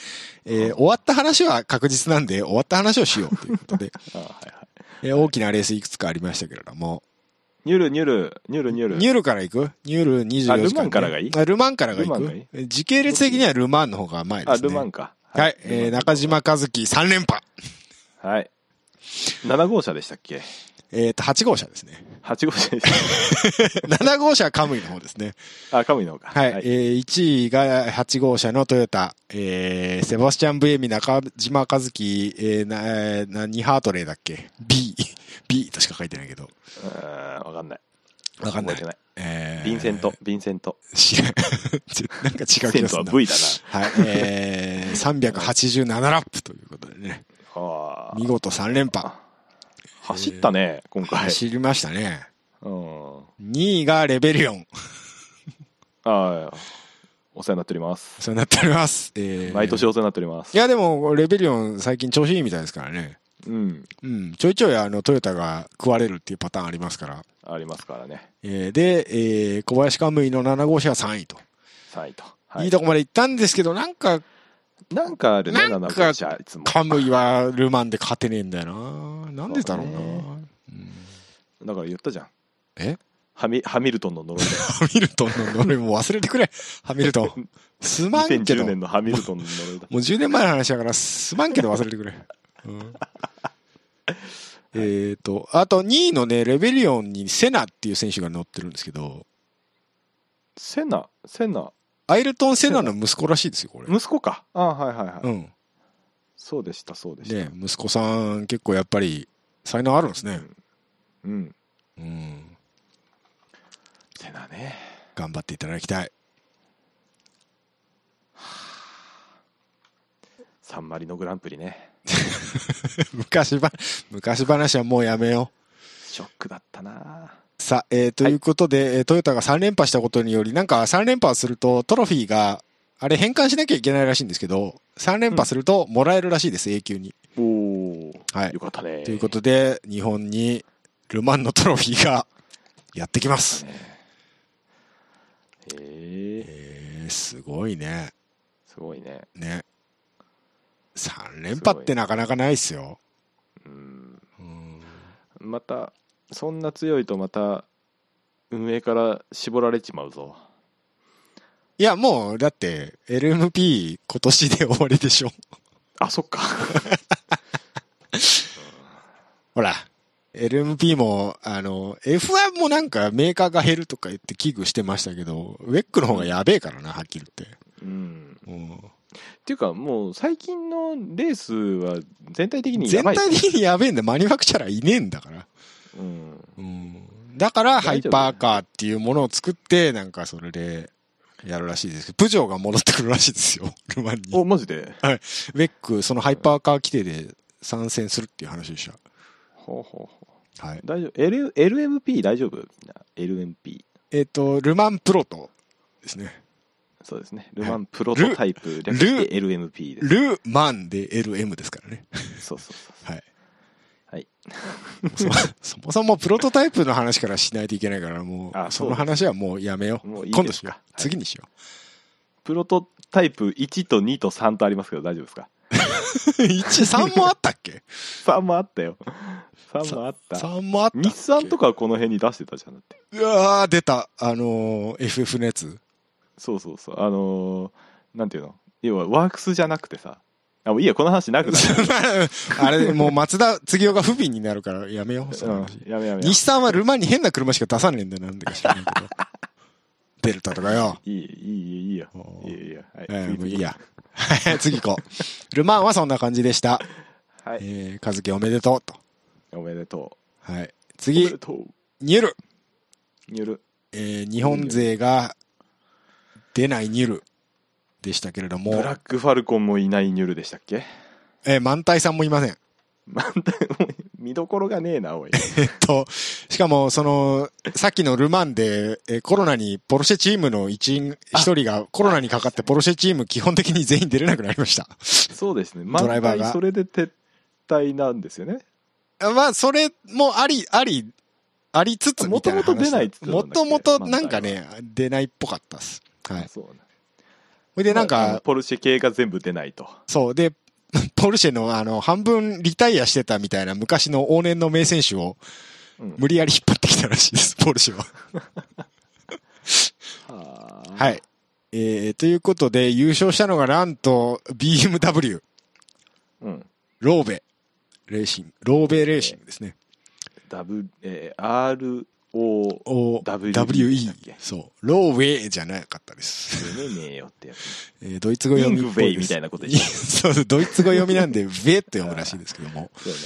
Speaker 1: えー終わった話は確実なんで、終わった話をしようということ で、
Speaker 2: あはいはい。
Speaker 1: えー大きなレースいくつかありましたけれども、
Speaker 2: ニュルニュル、ニュルニュル。
Speaker 1: ニュールから行くニュール24時間、
Speaker 2: あルマンからがいい
Speaker 1: あルマンからがい
Speaker 2: ルマンが
Speaker 1: く
Speaker 2: いい
Speaker 1: え時系列的にはルマンの方が前で
Speaker 2: あ、
Speaker 1: すね。
Speaker 2: ルマンか。
Speaker 1: はい、えー、中。島和樹3連覇。
Speaker 2: はい。7号車でしたっけ
Speaker 1: えっ、と、8号車ですね。
Speaker 2: ?8 号車でしたっ
Speaker 1: 7号車はカムイの方ですね。
Speaker 2: けあ、カムイの方か。
Speaker 1: はい、えー、1位が8号車のトヨタ、えー、セバスチャン・ブエミ、中島和樹、えー、な、えーな、ニハートレーだっけ ?B、B としか書いてないけど。
Speaker 2: うーんわかんない。
Speaker 1: わかんない
Speaker 2: 覚えて
Speaker 1: えー、
Speaker 2: ヴィンセント、ヴィンセント。
Speaker 1: 知らん。 ちょなんか違う気
Speaker 2: ヴィ
Speaker 1: が
Speaker 2: ン
Speaker 1: す
Speaker 2: セ
Speaker 1: る
Speaker 2: ン
Speaker 1: な。
Speaker 2: トは V だ
Speaker 1: はい、えー、387ラップということでね、
Speaker 2: な。あ
Speaker 1: 見事3連覇。
Speaker 2: ー走ったね、今回。
Speaker 1: 走りましたね。
Speaker 2: うん。あ
Speaker 1: 2位がレベリオン。
Speaker 2: あー、お世話になっております。
Speaker 1: そうなっております。えー
Speaker 2: 毎年お世話になっておりま
Speaker 1: い
Speaker 2: す。
Speaker 1: や、でも、レベリオン最近調子いいみたいですからね。
Speaker 2: うん。
Speaker 1: うん。ちょいちょい、あの、トヨタが食われるっていうパターンありますから。
Speaker 2: ありますからね。
Speaker 1: えーで、えー小林カムイの7号車は3位と。
Speaker 2: 3位と。
Speaker 1: い、いとこまで行ったんですけど、なんか、
Speaker 2: なんかあるね、
Speaker 1: なんか
Speaker 2: 7号車、いつも。
Speaker 1: カムイはルマンで勝てねえんだよな。なんでだろうな。
Speaker 2: そうね
Speaker 1: うん
Speaker 2: だから言ったじゃん。
Speaker 1: え
Speaker 2: ハミハミルトンの呪いだよ
Speaker 1: ハミルトンの呪いもう忘れてくれ。ハミル トン。すまんけど。
Speaker 2: 2010
Speaker 1: も
Speaker 2: 年のハミルトンの呪いだ。
Speaker 1: う10年前の話だから、すまんけど忘れてくれ。うん、えっと、あと2位のね、レベリオンにセナっていう選手が乗ってるんですけど、
Speaker 2: セナ、セナ、
Speaker 1: アイルトン・セナの息子らしいですよ、これ。
Speaker 2: 息子か。あはいはいはい。
Speaker 1: うん。
Speaker 2: そうでした、そうでした。
Speaker 1: ね息子さん結構やっぱり才能あるんですね。
Speaker 2: うん。
Speaker 1: うん。
Speaker 2: セナね。
Speaker 1: 頑張っていただきたい。
Speaker 2: サンマリのグランプリね。
Speaker 1: 昔ば、昔話はもうやめよう。
Speaker 2: ショックだったな
Speaker 1: さあ、えーということで、えートヨタが3連覇したことにより、なんか3連覇するとトロフィーが、あれ変換しなきゃいけないらしいんですけど、3連覇するともらえるらしいです、永久に。
Speaker 2: おおー、
Speaker 1: はい
Speaker 2: よ。かったね。
Speaker 1: ということで、日本にルマンのトロフィーがやってきます。
Speaker 2: ねええ
Speaker 1: えー、すごいね。
Speaker 2: すごいね。
Speaker 1: ね。3連覇ってなかなかないっすよ。
Speaker 2: うん。
Speaker 1: うん
Speaker 2: また、そんな強いとまた、運営から絞られちまうぞ。
Speaker 1: いや、もう、だって、LMP 今年で終わりでしょ。
Speaker 2: あ、そっか。
Speaker 1: ほら、LMP も、あの、F1 もなんかメーカーが減るとか言って危惧してましたけど、ウェックの方がやべえからな、はっきり言って。
Speaker 2: うん。
Speaker 1: うん
Speaker 2: っていうか、もう最近のレースは全体的にや
Speaker 1: 全
Speaker 2: ば
Speaker 1: 体
Speaker 2: い。体
Speaker 1: 的にやべえんだ、マニュファクチャラーいねえんだから。
Speaker 2: うん。
Speaker 1: うん、だから、ハイパーカーっていうものを作って、なんかそれで、やるらしいですけど、プジョーが戻ってくるらしいですよ、 ルマンに。ウ
Speaker 2: お、マジで
Speaker 1: ェック、そのハイパーカー規定で参戦するっていう話でし
Speaker 2: ほうほうほう。
Speaker 1: た。はい。
Speaker 2: 大丈夫 L ?LMP 大丈夫みんな ?LMP。
Speaker 1: えっ、と、ルマンプロトですね。
Speaker 2: そうですね。ルマンプロトタイプ略して LMP で
Speaker 1: ルマンで LM ですからね。
Speaker 2: す。そうそうそう。
Speaker 1: はい。
Speaker 2: はい。
Speaker 1: そそもそもプロトタイプの話からしないといけないから、も
Speaker 2: あ
Speaker 1: う、その話はもうやめよう。
Speaker 2: もう いい
Speaker 1: 今
Speaker 2: で
Speaker 1: 度
Speaker 2: す
Speaker 1: し
Speaker 2: か
Speaker 1: よう。
Speaker 2: はい
Speaker 1: 次にしよ
Speaker 2: プロトタイプ1と2と3とありますけど大丈夫ですか
Speaker 1: う。1、3もあ ったっ け
Speaker 2: ?3 もあったよ。3もあった。
Speaker 1: ?3 もあったっけ
Speaker 2: 日産とかはこの辺に出してたじゃんだって。
Speaker 1: うわー、出た。あのー、FF のやつ。
Speaker 2: そうそうそう。あのー、なんていうの要はワークスじゃなくてさ。あ、もういいや、この話なくなる。
Speaker 1: あれ、もう松田次夫が不憫になるからやめよう、その話
Speaker 2: うん。やめやめやめ。
Speaker 1: 日産はルマンに変な車しか出さねえんだよ、 なんでか知らないけど。デルタとかよ。
Speaker 2: いい、いい、いいよ
Speaker 1: お。ー
Speaker 2: いいよ、いいよ。はい
Speaker 1: えー、
Speaker 2: 次
Speaker 1: もういいや。 はい次行こう。ルマンはそんな感じでした。
Speaker 2: は
Speaker 1: え
Speaker 2: い。
Speaker 1: ー、カズキおめでとうと。
Speaker 2: おめでと
Speaker 1: はい。
Speaker 2: う。おめ
Speaker 1: 次
Speaker 2: で、とう。
Speaker 1: ニュル。
Speaker 2: による。
Speaker 1: えー日本勢が出ないニュルでしたけれども
Speaker 2: ブ、ラックファルコンもいないニュルでしたっけ
Speaker 1: えー満体さんもいません。
Speaker 2: 満タンもう見どころがねえ な、おい。
Speaker 1: えっと、しかも、その、さっきのルマンで、えーコロナに、ポルシェチームの一員、一人がコロナにかかって、ポルシェチーム基本的に全員出れなくなりました。
Speaker 2: そうですね。満
Speaker 1: ドライバーが
Speaker 2: 体それで撤退なんですよね。
Speaker 1: あまあ、それもあり、あり、ありつつみたいな話。
Speaker 2: 元々出ないっつってたんだ
Speaker 1: も
Speaker 2: っけ
Speaker 1: ともとなんかね、出ないっぽかったっす。はい。
Speaker 2: そうね
Speaker 1: ほいで、なん
Speaker 2: まあ
Speaker 1: か、
Speaker 2: ポルシェ系が全部出ないと。
Speaker 1: そう。で、 ポルシェのあの、半分リタイアしてたみたいな昔の往年の名選手を
Speaker 2: うん
Speaker 1: 無理やり引っ張ってきたらしいです、 ポルシェは。
Speaker 2: はあ
Speaker 1: はい。えー、ということで、優勝したのがなんと BMW、
Speaker 2: うん。
Speaker 1: ローベレーシング、ローベレーシングですね。
Speaker 2: W、えー、RO、
Speaker 1: お
Speaker 2: WE
Speaker 1: WE。そう。ローウェイじゃなかったです。
Speaker 2: 読めねえよってやつ。
Speaker 1: えードイツ語読みっぽい
Speaker 2: イングウェイ
Speaker 1: です。
Speaker 2: みたいなことで
Speaker 1: で
Speaker 2: しょ
Speaker 1: す。 そうそう、ドイツ語読みなんで、ウェって読むらしいですけども。
Speaker 2: そうね。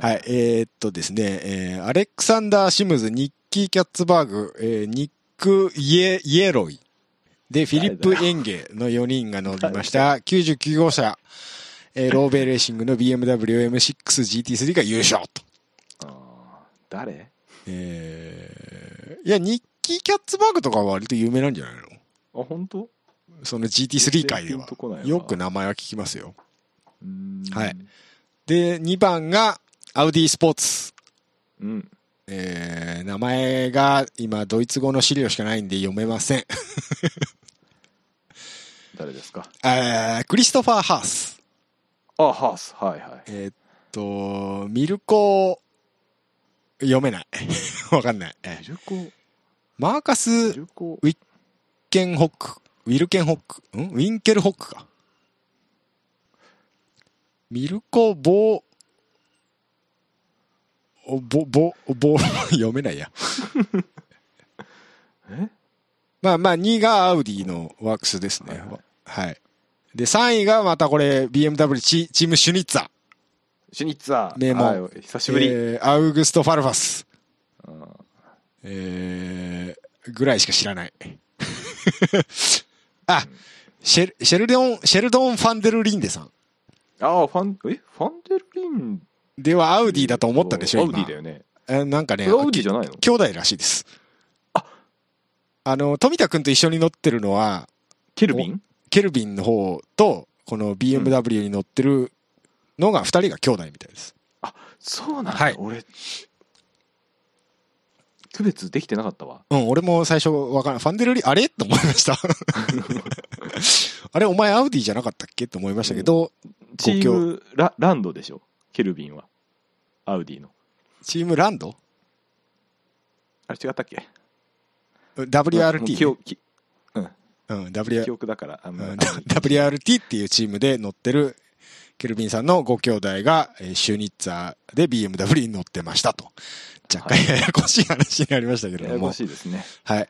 Speaker 1: はい、えーっとですね、えーアレクサンダー・シムズ、ニッキー・キャッツバーグ、えーニック・イエイエロイ、で、フィリップ・エンゲの4人が乗りました。99号車、 えーローベイレーシングの BMW M6GT3 が優勝と。
Speaker 2: あー誰
Speaker 1: えーいや、ニッキー・キャッツバーグとかは割と有名なんじゃないの
Speaker 2: あ、本当
Speaker 1: その GT3 界では
Speaker 2: 全然ピンとこない。な
Speaker 1: よく名前は聞きますよ。
Speaker 2: うーん
Speaker 1: はい。で、2番が、アウディ・スポーツ。
Speaker 2: うん。
Speaker 1: えー名前が今ドイツ語の資料しかないんで読めません。
Speaker 2: 誰ですか
Speaker 1: えークリストファー・ハース。
Speaker 2: あハースはいはい
Speaker 1: えーっと、ミルコ、読めない。 わかんない。えー
Speaker 2: ミルコミ
Speaker 1: マーカス・ウィッ
Speaker 2: ルコ
Speaker 1: ケンホック、ウィルケンホック、んウィンケルホックか。ミルコ・ボー、おぼ、ぼ、ぼ、 読めないや。
Speaker 2: え
Speaker 1: まあまあ、2がアウディのワークスですね。
Speaker 2: はいはい
Speaker 1: はい。で、3位がまたこれ、BMW チチームシュニッツァ。
Speaker 2: シュニッツァー
Speaker 1: 名門
Speaker 2: はい久しぶり、
Speaker 1: えーアウグスト・ファルファス。
Speaker 2: うん
Speaker 1: えーぐらいしか知らない。 あ、シェル、シェルドン、シェルドン・ファンデル・リンデさん。
Speaker 2: ああファンえファンデルリン
Speaker 1: ではアウディだと思ったでしょ、
Speaker 2: ア
Speaker 1: 今
Speaker 2: ウディだよね
Speaker 1: えーなんかね、
Speaker 2: これアウディじゃないの
Speaker 1: 兄弟らしいです。
Speaker 2: あ
Speaker 1: あの、富田くんと一緒に乗ってるのは、
Speaker 2: ケルビン
Speaker 1: ケルビンの方と、この BMW に乗ってるのが、二人が兄弟みたいです。
Speaker 2: そうなんだ、
Speaker 1: はい
Speaker 2: 俺区別できてなかったわ
Speaker 1: うん、俺も最初わからん。ファンデルリン、あれと思いました。あれ、お前アウディじゃなかったっけと思いましたけど、
Speaker 2: チームラランドでしょケルビンはアウディの
Speaker 1: チームランド
Speaker 2: あれ違ったっけもう記
Speaker 1: ?WRT ね。
Speaker 2: 憶記
Speaker 1: うん、
Speaker 2: 記
Speaker 1: WR
Speaker 2: 憶だからあん
Speaker 1: う
Speaker 2: まり
Speaker 1: ん WRT っていうチームで乗ってるケルビンさんのご兄弟が、えーシュニッツァーで BMW に乗ってましたと。若干ややこしい話になりましたけれ
Speaker 2: や
Speaker 1: ど
Speaker 2: や
Speaker 1: も
Speaker 2: こ。しいですね
Speaker 1: はい。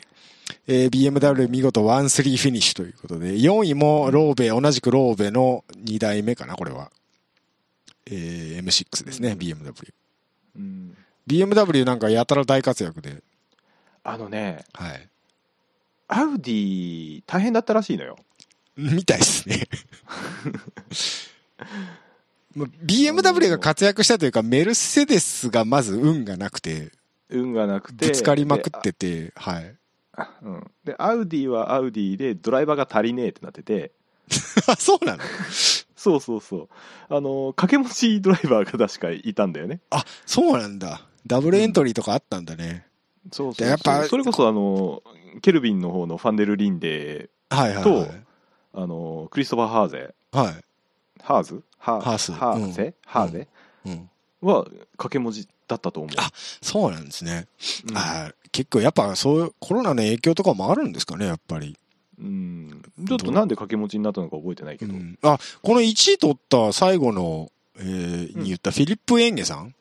Speaker 1: えー BMW 見事1-3フィニッシュということで、4位もローベ、同じくローベの2代目かな、これは。えー M6 ですね、BMW。
Speaker 2: うん
Speaker 1: BMW なんかやたら大活躍で、
Speaker 2: あのね
Speaker 1: はい。
Speaker 2: アウディ大変だったらしいのよ
Speaker 1: みたいです ね。まあ BMW が活躍したというか、メルセデスがまず運がなくて、
Speaker 2: 運がなくて
Speaker 1: ぶつかりまくってて、はい。
Speaker 2: であうん、でアウディはアウディでドライバーが足りねえってなってて
Speaker 1: あ、そうなの
Speaker 2: そうそうそうあの掛け持ちドライバーが確かいたんだよね
Speaker 1: あ、そうなんだ。ダブルエントリーとかあったんだね。
Speaker 2: そう
Speaker 1: で
Speaker 2: そう
Speaker 1: やっぱ
Speaker 2: それこそあのケルビンの方のファンデルリンデ
Speaker 1: はいはい、はい
Speaker 2: と。あのクリストファー・ハーゼ
Speaker 1: は
Speaker 2: ハーズハ
Speaker 1: ハース
Speaker 2: ハーゼ、ハーゼ、
Speaker 1: い。うん。
Speaker 2: は掛け持ちだったと思う
Speaker 1: あそうなんですね。
Speaker 2: うん
Speaker 1: あー結構やっぱそういうコロナの影響とかもあるんですかね、やっぱり。
Speaker 2: うん、ちょっとなんで掛け持ちになったのか覚えてないけ
Speaker 1: う
Speaker 2: ど、
Speaker 1: ん。あ、この1位取った最後の、えー
Speaker 2: うん
Speaker 1: に言ったフィリップ・エンゲさん。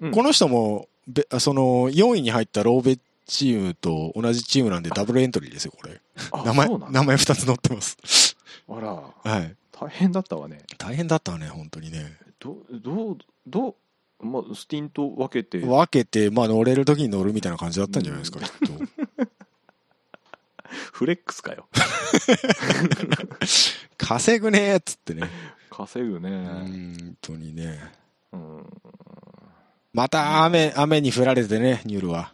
Speaker 2: うん
Speaker 1: この人も、べあその、4位に入ったローベチームと同じチームなんでダブルエントリーですよ、これ。
Speaker 2: あ
Speaker 1: 名前、
Speaker 2: そうなんだ
Speaker 1: 名前2つ載ってます。
Speaker 2: あら
Speaker 1: はい。
Speaker 2: 大変だったわね
Speaker 1: 大変だったね、本当にね。
Speaker 2: どどうどう、まあ、スティンと分けて
Speaker 1: 分けて、まあ乗れる時に乗るみたいな感じだったんじゃないですか、
Speaker 2: う
Speaker 1: きっと。
Speaker 2: フレックス かよ
Speaker 1: 稼ぐねーっつってね。
Speaker 2: 稼ぐ
Speaker 1: う
Speaker 2: ね
Speaker 1: ん本当にね。
Speaker 2: うん、
Speaker 1: また雨、雨に降られてね、ニュールは。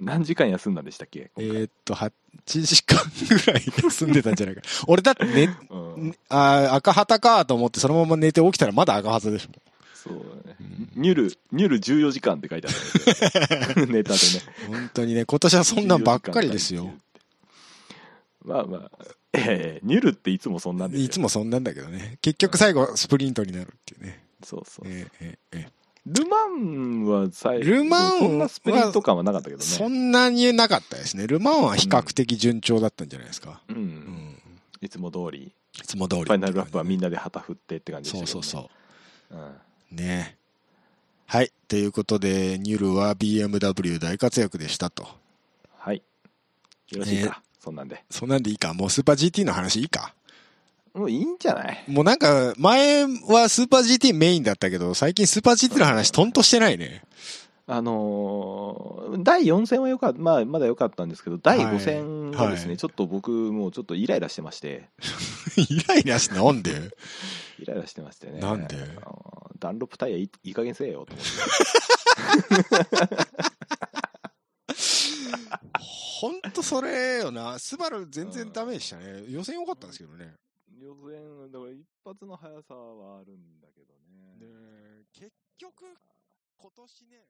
Speaker 2: 何時間休んだんでしたっけ
Speaker 1: えーっと、8時間ぐらい休んでたんじゃないか。 俺だってね、
Speaker 2: うん、
Speaker 1: あー赤旗かと思ってそのまま寝て起きたらまだ赤旗でしょ。
Speaker 2: そうだね
Speaker 1: うん
Speaker 2: ニュルニュル14時間って書いてあったんだけど ネタでね
Speaker 1: 本当にね、今年はそんなんばっかりですよ。
Speaker 2: まあまあええニュルっていつもそんなんですよ
Speaker 1: いつもそんなんだけどね。結局最後、スプリントになるっていうね。
Speaker 2: そうそう
Speaker 1: えーえーえー
Speaker 2: ルマンは最
Speaker 1: ルマンは
Speaker 2: そんなスプリント感はなかったけどね
Speaker 1: そんなになかったですね。ルマンは比較的順調だったんじゃないですか。
Speaker 2: うん
Speaker 1: うん。
Speaker 2: いつも通り
Speaker 1: いつも通り。
Speaker 2: ファイナルラップはみんなで旗振ってって感じで
Speaker 1: そう
Speaker 2: した
Speaker 1: そうそう。
Speaker 2: う、うん、
Speaker 1: ねはい。ということで、ニュルは BMW 大活躍でしたと。
Speaker 2: はいよろしいか、そんなんで
Speaker 1: そんなんでいいかもうスーパー GT の話いいか
Speaker 2: もういいんじゃない
Speaker 1: もうなんか、前はスーパー GT メインだったけど、最近スーパー GT の話トンとしてないね。
Speaker 2: あのー第4戦はよか、まあ、まだ良かったんですけど第5戦はですね、
Speaker 1: はい
Speaker 2: ちょっと僕もうちょっとイライラしてまして
Speaker 1: イライラしてなんで
Speaker 2: イライラしてましてね
Speaker 1: なんで
Speaker 2: あのーダンロップタイヤいいいい加減せえよと思って
Speaker 1: ほんとそれよな。スバル全然ダメでしたね。予選良かったんですけどね。ね
Speaker 2: 予選だから一発の速さはあるんだけどね
Speaker 1: え結局、今年ね。